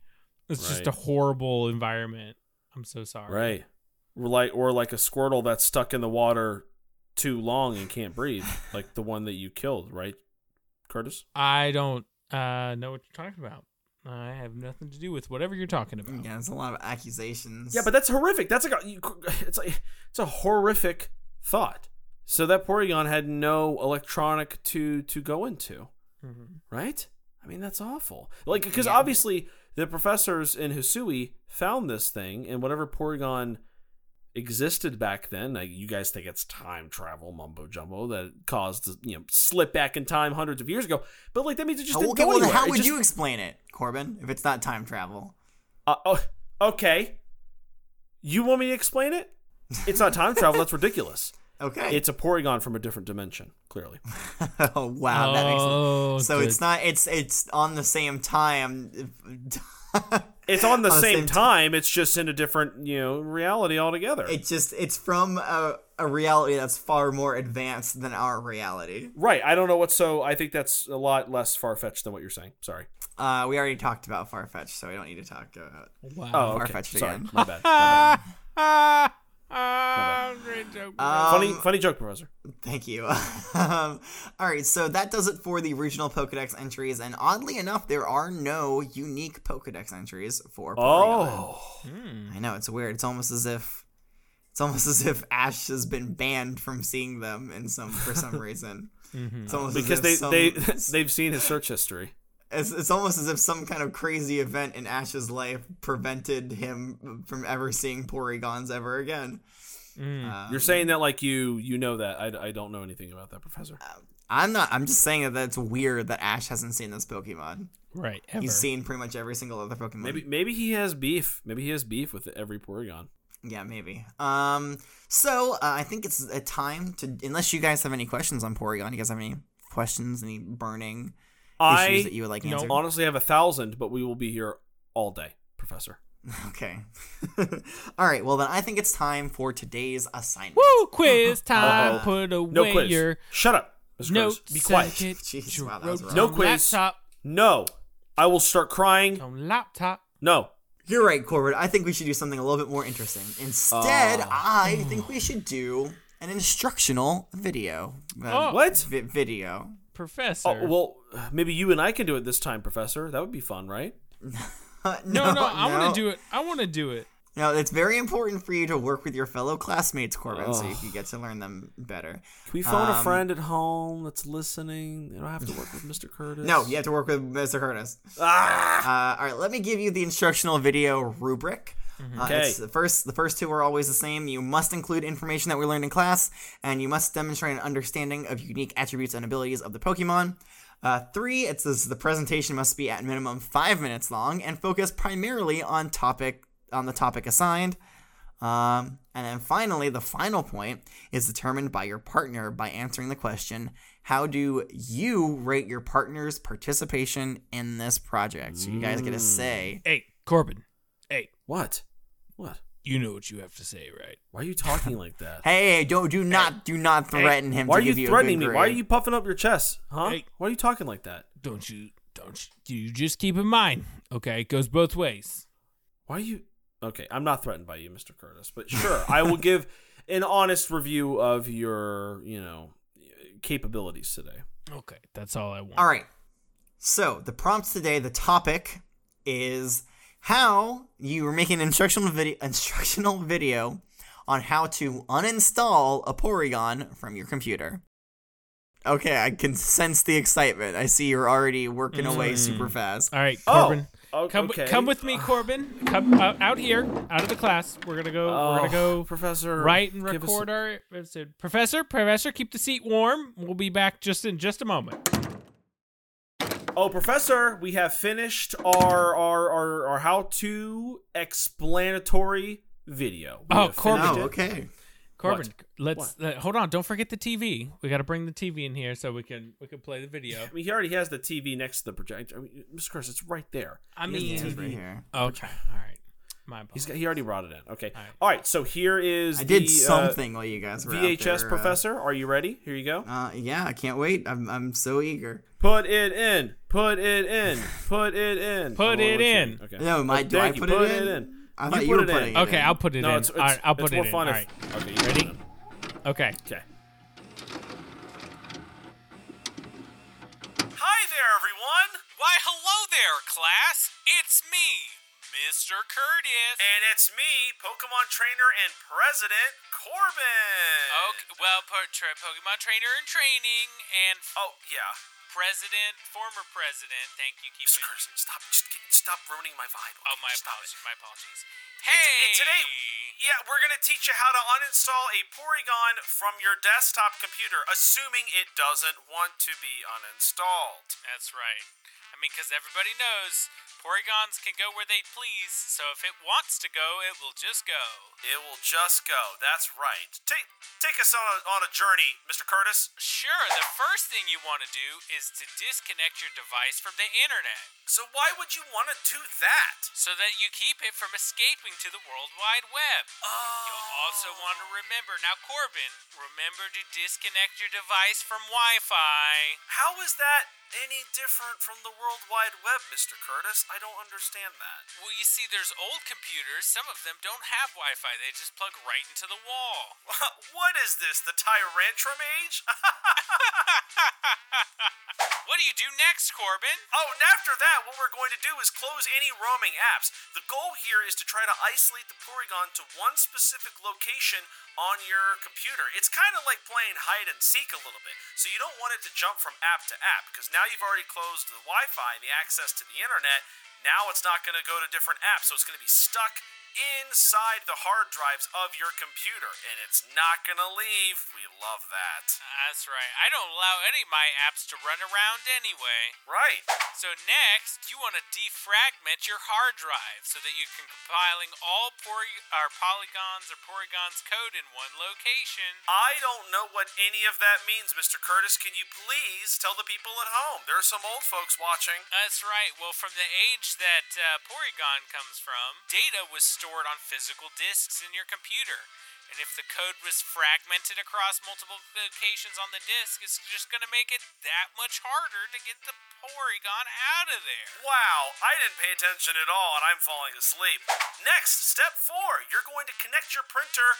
B: it's just
C: Right.
B: a horrible environment. I'm so sorry.
C: right. Or Like or like a Squirtle that's stuck in the water too long and can't breathe, like the one that you killed, right, Curtis?
B: I don't uh, know what you're talking about. I have nothing to do with whatever you're talking about.
A: Yeah, it's a lot of accusations.
C: Yeah, but that's horrific. That's like a, you, it's like it's a horrific thought. So that Porygon had no electronic to to go into.
B: Mhm.
C: right? I mean, that's awful. Like, because
A: Mm-hmm. Yeah.
C: obviously the professors in Hisui found this thing, and whatever Porygon existed back then. Like, you guys think it's time travel mumbo jumbo that caused you know slip back in time hundreds of years ago, but like that means it just
A: Oh,
C: didn't
A: okay,
C: go
A: well, then
C: anywhere.
A: how
C: It
A: would
C: just-
A: you explain it, Corbin, if it's not time travel?
C: Uh, oh, okay. You want me to explain it? It's not time travel. That's ridiculous.
A: Okay.
C: It's a Porygon from a different dimension. Clearly,
A: oh wow, that makes sense.
B: oh,
A: So
B: good.
A: it's not. It's it's on the same time.
C: it's on the
A: On the
C: same,
A: same t-
C: time. it's just in a different you know reality altogether.
A: It just it's from a, a reality that's far more advanced than our reality.
C: right. I don't know what's so. I think that's a lot less far fetched than what you're saying. Sorry.
A: Uh, we already talked about Farfetch, so we don't need to talk about
B: wow.
C: Oh, okay.
A: Far-fetched
C: Sorry.
A: again.
C: My bad. My bad.
B: Ah, ah, great joke.
A: Uh, Um,
C: funny, funny joke, Professor.
A: Thank you. um, all right, so that does it for the regional Pokedex entries, and oddly enough, there are no unique Pokedex entries for. Porygon.
C: Oh,
A: I know it's weird. It's almost as if it's almost as if Ash has been banned from seeing them in some for some reason.
B: Mm-hmm,
A: It's almost as
C: because
A: if
C: they
A: some-
C: they they've seen his search history.
A: it's, it's almost as if some kind of crazy event in Ash's life prevented him from ever seeing Porygons ever again.
B: mm-hmm.
A: Um,
C: Hmm. You're saying that like you you know that. I, I don't know anything about that, Professor.
A: I'm not. I'm just saying that that's weird that Ash hasn't seen this Pokemon.
B: right. Ever.
A: He's seen pretty much every single other Pokemon.
C: Maybe maybe he has beef. Maybe he has beef with every Porygon.
A: Yeah, maybe. Um. So uh, I think it's a time to. Unless you guys have any questions on Porygon, you guys have any questions, any burning issues that
C: I
A: you would like
B: no,
A: answered?
C: honestly have a thousand, but we will be here all day, Professor.
A: Okay. All right. Well, then I think it's time for today's assignment.
B: Woo! Quiz time.
C: Uh-oh.
B: Put away
C: No quiz.
B: your
C: Shut up. Mr. Curtis.
B: notes.
C: Be quiet.
B: and get
A: Jeez,
B: your
A: wow, that was
B: ropes
A: rough.
C: No
B: on
C: quiz.
B: Laptop.
C: No. I will start crying.
B: On laptop.
C: No.
A: You're right, Corbett. I think we should do something a little bit more interesting. Instead,
C: Oh.
A: I think we should do an instructional video. Uh,
B: Oh.
C: What?
A: vi- video.
B: Professor.
C: Oh, well, maybe you and I can do it this time, Professor. That would be fun, right?
A: Uh,
B: no, no, I want to do it. I want to do it.
A: No, it's very important for you to work with your fellow classmates, Corbin, so you
C: Ugh.
A: can get to learn them better.
C: Can we phone a
A: Um,
C: friend at home that's listening? They don't have to work with Mr. Curtis.
A: No, you have to work with Mr. Curtis.
C: Ah!
A: Uh, all right, let me give you the instructional video rubric. Uh,
C: Mm-hmm. Okay.
A: it's the first, the first two are always the same. You must include information that we learned in class, and you must demonstrate an understanding of unique attributes and abilities of the Pokemon. Uh, three, it says the presentation must be at minimum five minutes long and focus primarily on topic on the topic assigned. Um, and then finally, the final point is determined by your partner by answering the question How do you rate your partner's participation in this project? So you guys get to say.
B: Hey, Corbin. Hey,
C: What? What?
B: you know what you have to say, right?
C: Why are you talking like that?
A: Hey, don't do not do not threaten him.
C: Mm. Why
A: to
C: are you
A: give
C: threatening
A: you
C: me?
A: a good
C: Why are
A: grade.
C: you puffing up your chest? Huh?
B: Hey.
C: Why are you talking like that?
B: Don't you? Don't you? You just keep in mind. Okay, it goes both ways.
C: Why are you? Okay, I'm not threatened by you, Mr. Curtis, but sure, I will give an honest review of your, you know, capabilities today.
B: Okay, that's all I want.
A: All right. So the prompts today, the topic is how you were making an instructional video, instructional video on how to uninstall a Porygon from your computer. Okay, I can sense the excitement. I see you're already working away super fast.
B: All right,
C: Oh,
B: Corbin.
C: o-
B: Come,
C: okay.
B: come with me, Corbin. Come uh, out here, out of the class. We're gonna go. we're gonna go
C: Professor.
B: right and
C: Oh, give us-
B: record our episode. Professor, Professor, keep the seat warm. We'll be back just in just a moment.
C: Oh, Professor, we have finished our our our, our how to explanatory video. We
B: Oh,
C: have
B: Corbin.
C: finished
A: Oh,
C: it.
A: okay.
B: Corbin,
C: What?
B: let's uh, hold on. Don't forget the TV. We got to bring the TV in here so we can we can play the video.
C: I mean, he already has the TV next to the projector. I mean, Mr. Curtis, it's right there.
B: I
C: He
B: mean,
C: has the
A: Yeah,
C: TV.
A: right here.
B: okay, Oh, all right. My
C: He's
B: apologies.
C: got, he already brought it in. Okay. All
B: All
C: right.
B: right.
C: so here is
A: I did
C: the, uh,
A: something while you guys were out
C: VHS
A: there, uh,
C: professor, are you ready? Here you go.
A: Uh, yeah, I can't wait. I'm I'm so eager.
C: Put it in. Put it in. Put it in.
B: Put
C: Oh,
B: it
C: wait,
B: in.
C: wait, Okay.
A: No, my-
C: Oh,
A: do I
C: thank you.
A: put it in? I thought you were
C: put it in.
A: putting it
B: okay,
A: in.
B: I'll put it
C: No,
B: in.
C: it's, it's,
B: all right, I'll put
C: it's
B: it
C: more
B: in.
C: fun
B: all
C: if-
B: right.
C: Okay, you ready?
B: Okay.
C: Okay. Hi there, everyone,
E: Why, hello there, class! It's me, Mr. Curtis.
C: and it's me, Pokemon trainer and president Corbin.
E: okay, well, po- tra- Pokemon trainer in training and f-
C: Oh yeah.
E: president, former president. Thank you, keep
C: Mr.
E: it.
C: Curtis, stop. Just get, stop ruining my vibe.
E: Oh,
C: okay?
E: my
C: Stop it.
E: apologies. My apologies. Hey,
C: today- yeah, we're going to teach you how to uninstall a Porygon from your desktop computer, assuming it doesn't want to be uninstalled.
B: That's right. I mean, because everybody knows Porygons can go where they please, so if it wants to go, it will just go.
C: It will just go. That's right. Take take us on a, on a journey, Mr. Curtis.
B: Sure, the first thing you want to do is to disconnect your device from the internet
C: So why would you want to do that?
B: so that you keep it from escaping to the World Wide Web.
C: Oh.
B: You'll also want to remember now, Corbin, remember to disconnect your device from Wi Fi.
C: How is that any different from the World Wide Web, Mr. Curtis? I don't understand that.
B: Well, you see, there's old computers. Some of them don't have Wi Fi, they just plug right into the wall.
C: What is this? The Tyrantrum Age?
B: What do you do next, Corbin?
C: Oh, and after that, what we're going to do is close any roaming apps. The goal here is to try to isolate the Porygon to one specific location on your computer. It's kind of like playing hide and seek a little bit. So you don't want it to jump from app to app because now you've already closed the Wi Fi and the access to the internet. Now it's not going to go to different apps, so it's going to be stuck inside the hard drives of your computer and it's not going to leave. We love that.
B: That's right. I don't allow any of my apps to run around anyway.
C: Right.
B: So next, you want to defragment your hard drive so that you can compiling all poly- or polygons or Porygon's code in one location.
C: I don't know what any of that means, Mr. Curtis. Can you please tell the people at home? There are some old folks watching.
B: That's right. Well, from the age that uh, Porygon comes from, data was stored on physical disks in your computer. And if the code was fragmented across multiple locations on the disk, it's just going to make it that much harder to get the Porygon out of there.
C: Wow, I didn't pay attention at all and I'm falling asleep. Next, step four you're going to connect your printer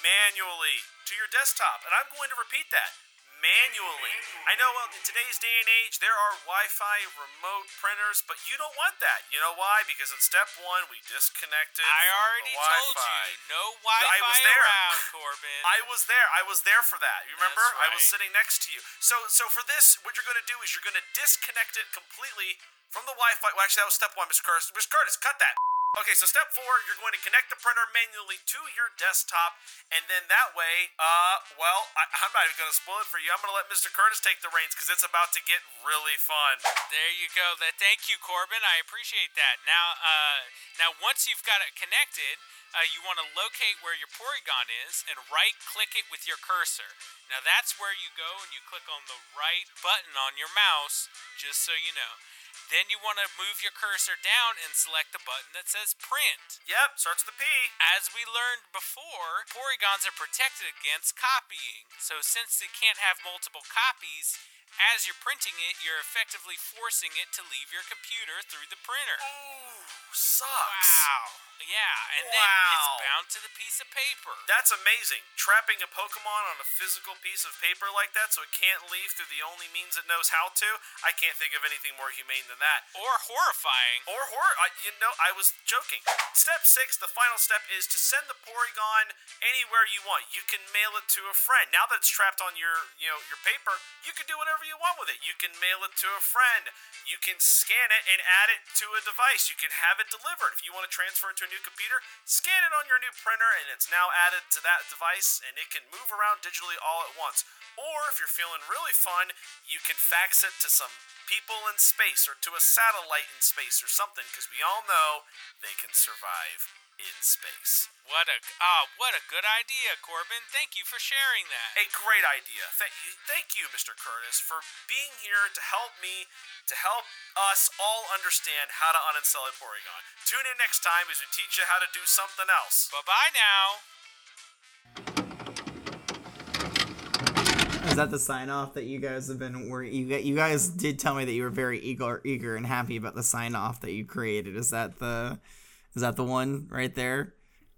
C: manually to your desktop. And I'm going to repeat that manually. I know well, in today's day and age, there are Wi Fi remote printers, but you don't want that. You know why? Because in step one, we disconnected.
B: I
C: from the
B: already told you,
C: Wi-Fi.
B: no Wi-Fi
C: I was there.
B: around, Corbin.
C: I was there. I was there for that. You remember?
B: That's
C: I was
B: right.
C: sitting next to you. So so for this, what you're going to do is you're going to disconnect it completely from the Wi-Fi. Well, actually, that was step one, Mr. Curtis. Mr. Curtis, cut that. Okay, so step four, you're going to connect the printer manually to your desktop, and then that way, uh, well, I, I'm not even going to spoil it for you. I'm going to let Mr. Curtis take the reins because it's about to get really fun.
B: there you go. That thank you, Corbin. I appreciate that. Now, uh, now once you've got it connected, uh, you want to locate where your Porygon is and right-click it with your cursor. Now that's where you go and you click on the right button on your mouse, just so you know. Then you want to move your cursor down and select the button that says print.
C: Yep, starts with a P.
B: As we learned before, Porygons are protected against copying. So since they can't have multiple copies, as you're printing it, you're effectively forcing it to leave your computer through the printer.
C: Ooh, sucks.
B: Wow. Yeah, and then it's
C: Wow.
B: bound to the piece of paper.
C: That's amazing. Trapping a Pokemon on a physical piece of paper like that so it can't leave through the only means it knows how to. I can't think of anything more humane than that.
B: or horrifying.
C: Or horror. I, you know, I was joking. Step six, the final step is to send the Porygon anywhere you want. You can mail it to a friend. Now that it's trapped on your, you know, your paper, you can do whatever you want with it. You can mail it to a friend. You can scan it and add it to a device. You can have it delivered. If you want to transfer it to a new computer, scan it on your new printer, and it's now added to that device, and it can move around digitally all at once. Or if you're feeling really fun, you can fax it to some people in space or to a satellite in space or something, because we all know they can survive in space.
B: What a ah, what a good idea, Corbin. Thank you for sharing that.
C: A great idea. Thank you, thank you, Mr. Curtis, for being here to help me, to help us all understand how to uninstall a Porygon. Tune in next time as we teach you how to do something else.
B: Bye-bye now.
A: Is that the sign off that you guys have been wor You gu- you guys did tell me that you were very eager, eager and happy about the sign off that you created. Is that the is that the one right there?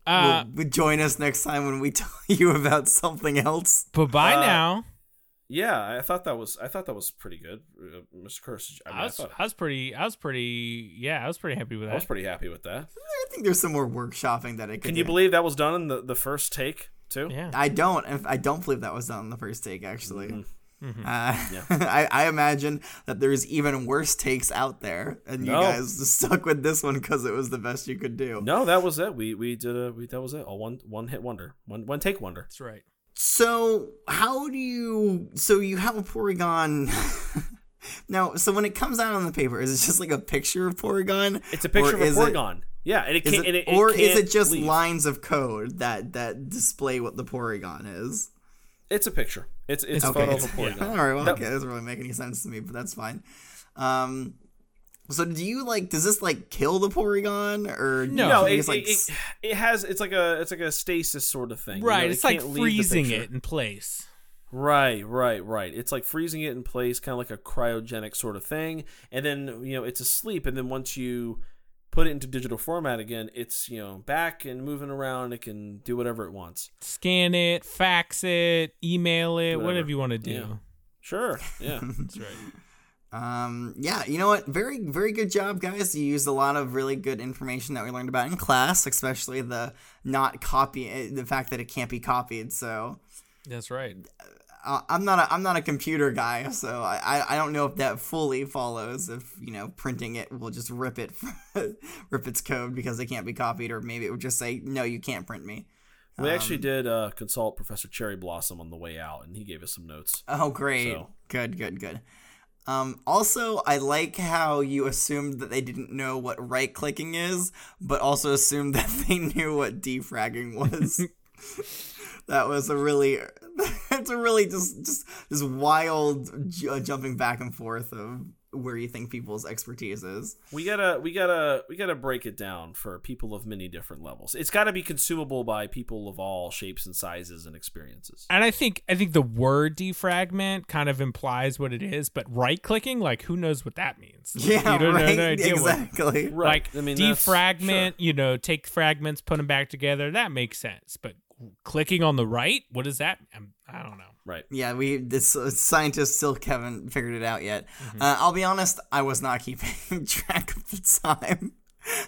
F: Uh,
A: Will- will join us next time when we tell you about something else.
F: but bye
G: Uh,
F: now.
G: Yeah, I thought that was I thought that was pretty good, uh, Mr. Curse. I, mean,
F: I was,
G: I, thought,
F: I was pretty. I was pretty. Yeah, I was pretty happy with
G: I was
F: that.
G: pretty happy with that.
A: I think there's some more workshopping that I could.
G: Can you
A: do.
G: believe that was done in the, the first take too?
F: yeah.
G: Mm-hmm.
A: I don't. I don't believe that was done on the first take. Actually, Uh, I, I imagine that there's even worse takes out there, and you
C: No.
A: guys stuck with this one because it was the best you could do.
C: No, that was it. We we did a we that was it. A one one hit wonder. One one take wonder.
B: That's right.
A: So how do you? So you have a Porygon. now, so when it comes out on the paper, is it just like a picture of Porygon?
C: It's a picture
A: Or
C: of a
A: is it-
C: Porygon. yeah, and it
A: is
C: can't.
A: it-
C: and it, it
A: or is
C: can't
A: it just
C: leave.
A: lines of code that that display what the Porygon is?
C: It's a picture. It's it's
A: Okay,
C: a photo of a
A: it's-
C: Porygon.
A: All right, well,
C: That-
A: okay, that doesn't really make any sense to me, but that's fine. Um, so do you like? Does this like kill the Porygon, or do you
B: No.
C: No,
A: think
C: it,
A: it's, like,
C: it, it, it has it's like a it's like a stasis sort of thing. you
B: Right.
C: know,
B: it's
C: it
B: like
C: can't leave the
B: freezing
C: picture.
B: it in place.
C: Right, right, right. It's like freezing it in place, kind of like a cryogenic sort of thing. And then, you know, it's asleep. And then once you put it into digital format again, it's, you know, back and moving around. It can do whatever it wants.
B: Scan it, fax it, email it,
C: Whatever.
B: whatever, you want to do.
C: Yeah. Sure. Yeah.
B: That's right.
A: Um, yeah, you know what? Very, very good job, guys. You used a lot of really good information that we learned about in class, especially the not copy, eh, the fact that it can't be copied. So
B: That's right.
A: uh, I'm not, a, I'm not a computer guy, so I, I- I don't know if that fully follows. If you know, printing it will just rip it, rip its code because it can't be copied, or maybe it would just say, no, you can't print me.
C: we actually
A: Um,
C: did uh, consult Professor Cherry Blossom on the way out, and he gave us some notes.
A: Oh, great.
C: So-
A: Good, good, good. Um, also, I like how you assumed that they didn't know what right clicking is, but also assumed that they knew what defragging was. that was a really, it's a really just just this wild j- uh, jumping back and forth of where you think people's expertise is.
C: We gotta, we gotta, we gotta break it down for people of many different levels. It's gotta be consumable by people of all shapes and sizes and experiences.
B: And I think I think the word defragment kind of implies what it is, but right clicking, like who knows what that means?
A: Yeah,
B: you don't
A: right.
B: have no idea what-
A: exactly.
C: Right.
B: Like
C: I mean, that's-
B: defragment, you know, take fragments, put them back together. That makes sense. But clicking on the right, what is that? I'm, I don't know.
C: Right.
A: Yeah, we this uh, scientists still haven't figured it out yet. Uh, I'll be honest, I was not keeping track of the time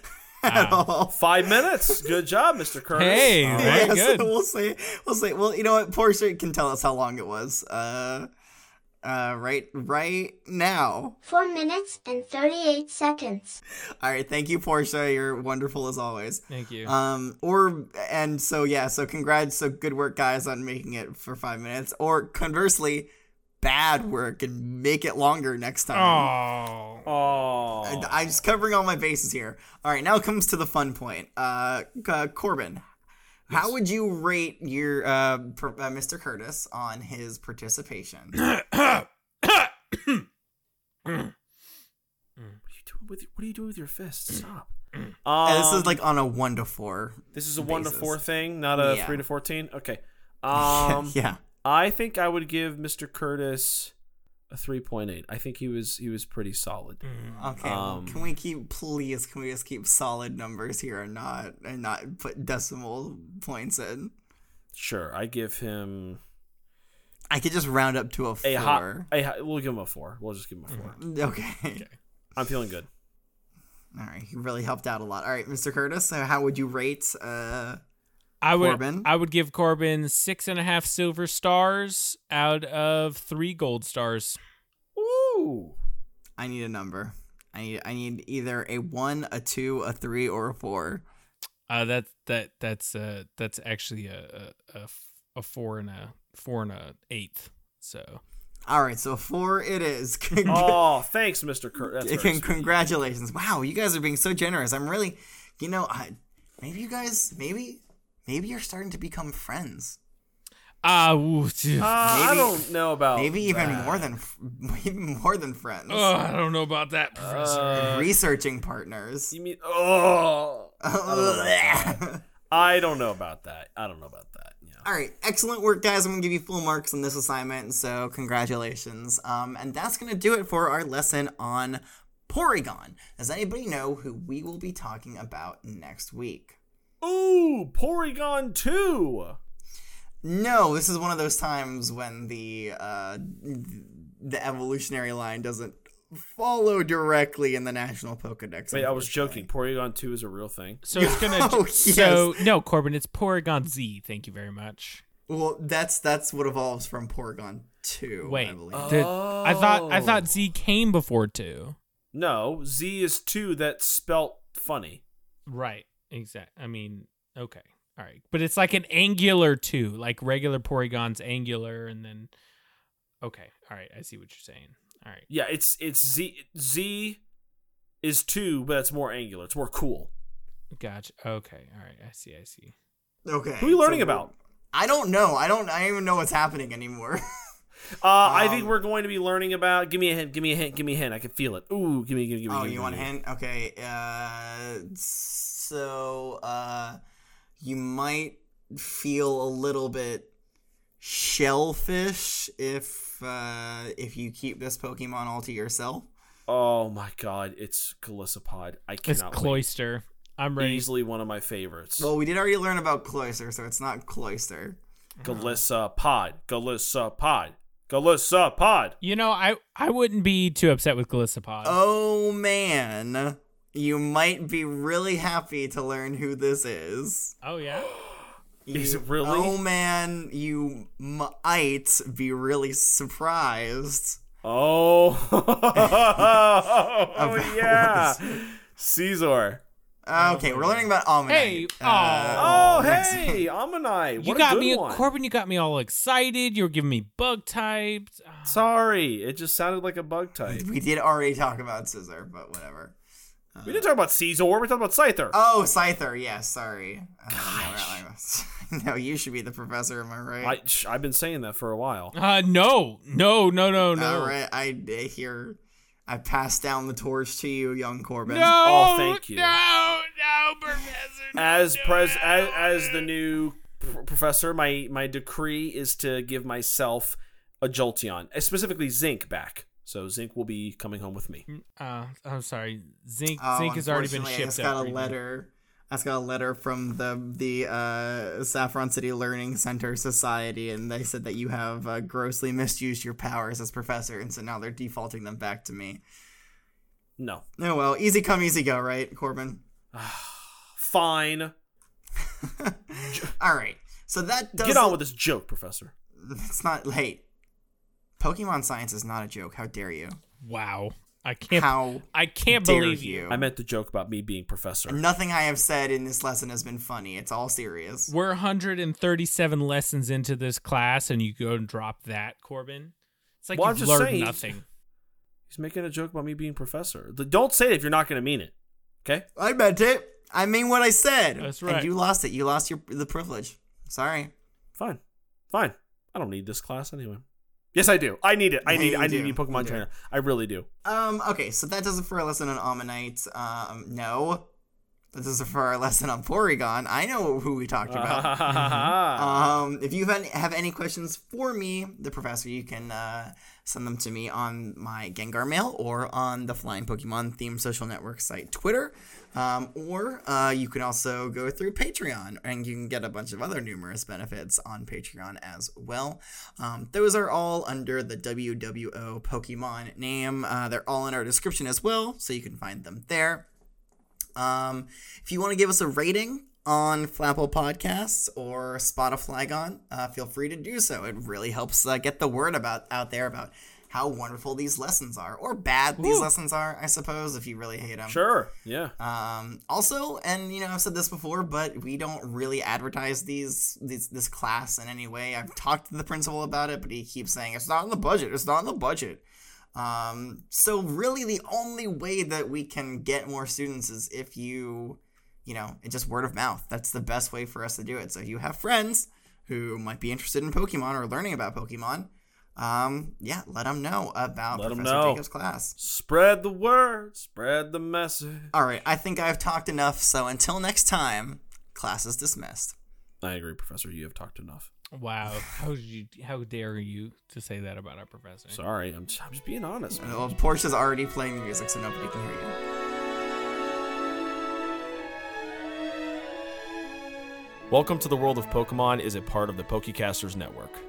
A: at
B: Ah.
A: all.
C: Five minutes. Good job, Mr. Curtis.
B: Hey, very
A: Yeah, so
B: good.
A: we'll say we'll say well, you know what? Portia can tell us how long it was. Uh, uh, right, right now.
D: 4 minutes and 38 seconds.
A: All right, thank you, Portia. You're wonderful as always.
B: Thank you.
A: Um, or and so yeah, so congrats, so good work, guys, on making it for five minutes. Or conversely, bad work and make it longer next time.
B: oh.
C: Oh,
A: I- I'm just covering all my bases here. All right, now comes to the fun point. Uh, uh, Corbin, how would you rate your uh, per, uh, Mr. Curtis on his participation?
B: Oh.
C: what are you doing with what are you doing with your fist? Stop. Um,
A: Uh, this is like on a one to four.
C: this is a one to
A: basis.
C: four thing, not a
A: Yeah.
C: three to fourteen. Okay. Um,
A: yeah.
C: I think I would give Mr. Curtis a three point eight. I think he was he was pretty solid.
A: Okay. well,
C: um,
A: can we keep please? Can we just keep solid numbers here and not and not put decimal points in?
C: Sure, I give him
A: I could just round up to a four.
C: a hot. A hot we'll give him a four. We'll just give him a 4
A: Mm-hmm. okay.
C: I'm feeling good.
A: All right. He really helped out a lot. All right, Mr. Curtis. So how would you rate? Uh,
B: I would
A: Corbin?
B: I would give Corbin six and a half silver stars out of three gold stars.
C: Ooh.
A: I need a number. I need I need either a one, a two, a three, or a four.
B: Uh, that that that's uh that's actually a a, a f- a four and a four and a eighth. So
A: All right, so a four it is. Con-
C: Oh, thanks, Mr. Curtis. That's very
A: con-
C: sweet.
A: congratulations! Wow, you guys are being so generous. I'm really, you know, I, maybe you guys, maybe, maybe you're starting to become friends.
B: ah, ooh, dude.
C: Uh, I
A: Maybe-
C: don't know about
A: Maybe even
C: Oh, that.
A: more than, f- even more than friends.
B: Ugh, Oh, I don't know about that, Professor.
C: Uh,
A: Researching partners.
C: you mean
A: Uh,
C: oh
A: All
C: I don't know about that. I don't know about that. Yeah.
A: right, excellent work, guys. I'm gonna give you full marks on this assignment, so congratulations. Um, and that's gonna do it for our lesson on Porygon. Does anybody know who we will be talking about next week?
C: Ooh, Porygon 2.
A: No, this is one of those times when the uh, the evolutionary line doesn't follow directly in the national Pokedex.
C: Wait, I was joking. Porygon 2 is a real thing.
B: So it's gonna.
A: Oh,
B: So no, Corbin, it's Porygon Z. Thank you very much.
A: Well, that's that's what evolves from Porygon Two. I
B: Wait.
A: believe.
C: uh,
B: The- I thought I thought
C: Oh.
B: Z came before two.
C: No, Z is two that's spelt funny.
B: Right. Exact. I mean, okay. All right. But it's like an angular two, like regular Porygon's angular, and then okay. All right. I see what you're saying. All right.
C: Yeah, it's it's Z Z is two, but it's more angular. It's more cool.
B: Gotcha. Okay. All right. I see. I see.
A: okay.
C: Who are you
A: so
C: learning
A: we're-
C: about?
A: I don't know. I don't. I don't even know what's happening anymore.
C: Uh, I think
A: Um,
C: we're going to be learning about. Give me a hint. Give me a hint. Give me a hint. I can feel it. Ooh, give me. Give me. Give me
A: oh,
C: give me,
A: you want a
C: give me.
A: hint? Okay. Uh, so uh, you might feel a little bit shellfish if uh, if you keep this Pokemon all to yourself.
C: Oh my God! It's Galissapod. I
B: It's
C: cannot. wait.
B: cloister. I'm ready.
C: Easily one of my favorites.
A: Well, we did already learn about Cloyster, so it's not Cloyster.
C: Galissapod. Galissapod. Galissapod.
B: You know, I I wouldn't be too upset with Glissapod.
A: Oh man, you might be really happy to learn who this is.
B: oh yeah.
C: Is
A: You-
C: it really?
A: Oh man, you might be really surprised.
C: Oh.
A: About
C: oh
A: what
C: yeah.
A: this-
C: Caesar.
A: Uh,
B: Oh
A: Okay, we're learning about Almanac. Uh,
B: Hey,
C: Oh,
B: aw.
A: next-
C: hey, Ammonite.
B: You
C: What a
B: got
C: good
B: me,
C: one.
B: Corbin. You got me all excited. You were giving me bug types. Ah,
C: Sorry, it just sounded like a bug type.
A: We did already talk about Scissor, but whatever.
C: We didn't talk about Caesar. We talked about Scyther.
A: Oh, Scyther, yeah, sorry. Uh, I don't know where I was. no, you should be the professor, am I right?
C: I, sh- I've been saying that for a while.
B: Uh, no, no, no, no, no.
A: All right, I, I hear. I pass down the torch to you, young Corbin.
B: No,
C: Oh, thank you.
B: No, no, Professor. no,
C: As
B: no,
C: pres
B: no.
C: as, as the new pr- professor, my my decree is to give myself a Jolteon, uh, specifically Zinc back. So Zinc will be coming home with me.
B: Uh, I'm sorry. Zinc.
A: Oh,
B: Zinc has already been
A: unfortunately, I
B: shipped
A: just got
B: out.
A: a letter. I just got a letter from the the uh, Saffron City Learning Center Society, and they said that you have uh, grossly misused your powers as professor, and so now they're defaulting them back to me.
C: No,
A: Oh well, easy come, easy go, right, Corbin?
C: fine.
A: All right, so that does
C: Get on with this joke, professor.
A: It's not hey, Pokemon science is not a joke. How dare you?
B: Wow. I can't.
A: How
B: I can't
A: dare
B: believe you.
A: you?
C: I meant the joke about me being professor.
A: Nothing I have said in this lesson has been funny. It's all serious.
B: We're 137 lessons into this class, and you go and drop that, Corbin. It's like
C: Well, I'm
B: you've
C: just
B: learned
C: saying-
B: nothing.
C: He's making a joke about me being professor. The- Don't say it if you're not going to mean it. Okay.
A: I meant it. I mean what I said.
B: That's
A: And
B: right.
A: you lost it. You lost your the privilege. Sorry.
C: Fine. Fine. I don't need this class anyway. Yes, I do. I need it. I
A: Yeah,
C: need
A: you
C: I need
A: do.
C: to be
A: You
C: Pokemon
A: do.
C: trainer. I really do.
A: Um. Okay. So that does it for our lesson on Ammonite. Um. No. That does it for our lesson on Porygon. I know who we talked about. Um, if you have any, have any questions for me, the professor, you can uh, send them to me on my Gengar mail or on the Flying Pokemon Theme Social Network site, Twitter. Um, or uh, you can also go through Patreon and you can get a bunch of other numerous benefits on Patreon as well. Um, those are all under the WWO Pokemon name. Uh, they're all in our description as well, so you can find them there. Um, if you want to give us a rating on Flapple Podcasts or Spotify, uh, feel free to do so. It really helps uh, get the word about out there about how wonderful these lessons are, or bad these lessons are, I suppose, if you really hate them.
C: Sure. Yeah.
A: Um, also, and you know, I've said this before, but we don't really advertise these, these this class in any way. I've talked to the principal about it, but he keeps saying it's not in the budget. It's not in the budget. Um, so really, the only way that we can get more students is if you, you know, it's just word of mouth. That's the best way for us to do it. So if you have friends who might be interested in Pokemon or learning about Pokemon, um, yeah, let them know about
C: Let 'em
A: Professor
C: know.
A: Jacob's class.
C: Spread the word. Spread the message.
A: All right, I think I've talked enough. So until next time, class is dismissed.
C: I agree, Professor. You have talked enough.
B: Wow. How did you? How dare you to say that about our professor?
C: Sorry. I'm just, I'm just being honest. man.
A: Well, Portia's already playing the music, so nobody can hear you.
C: Welcome to the World of Pokemon is a part of the Pokecasters Network.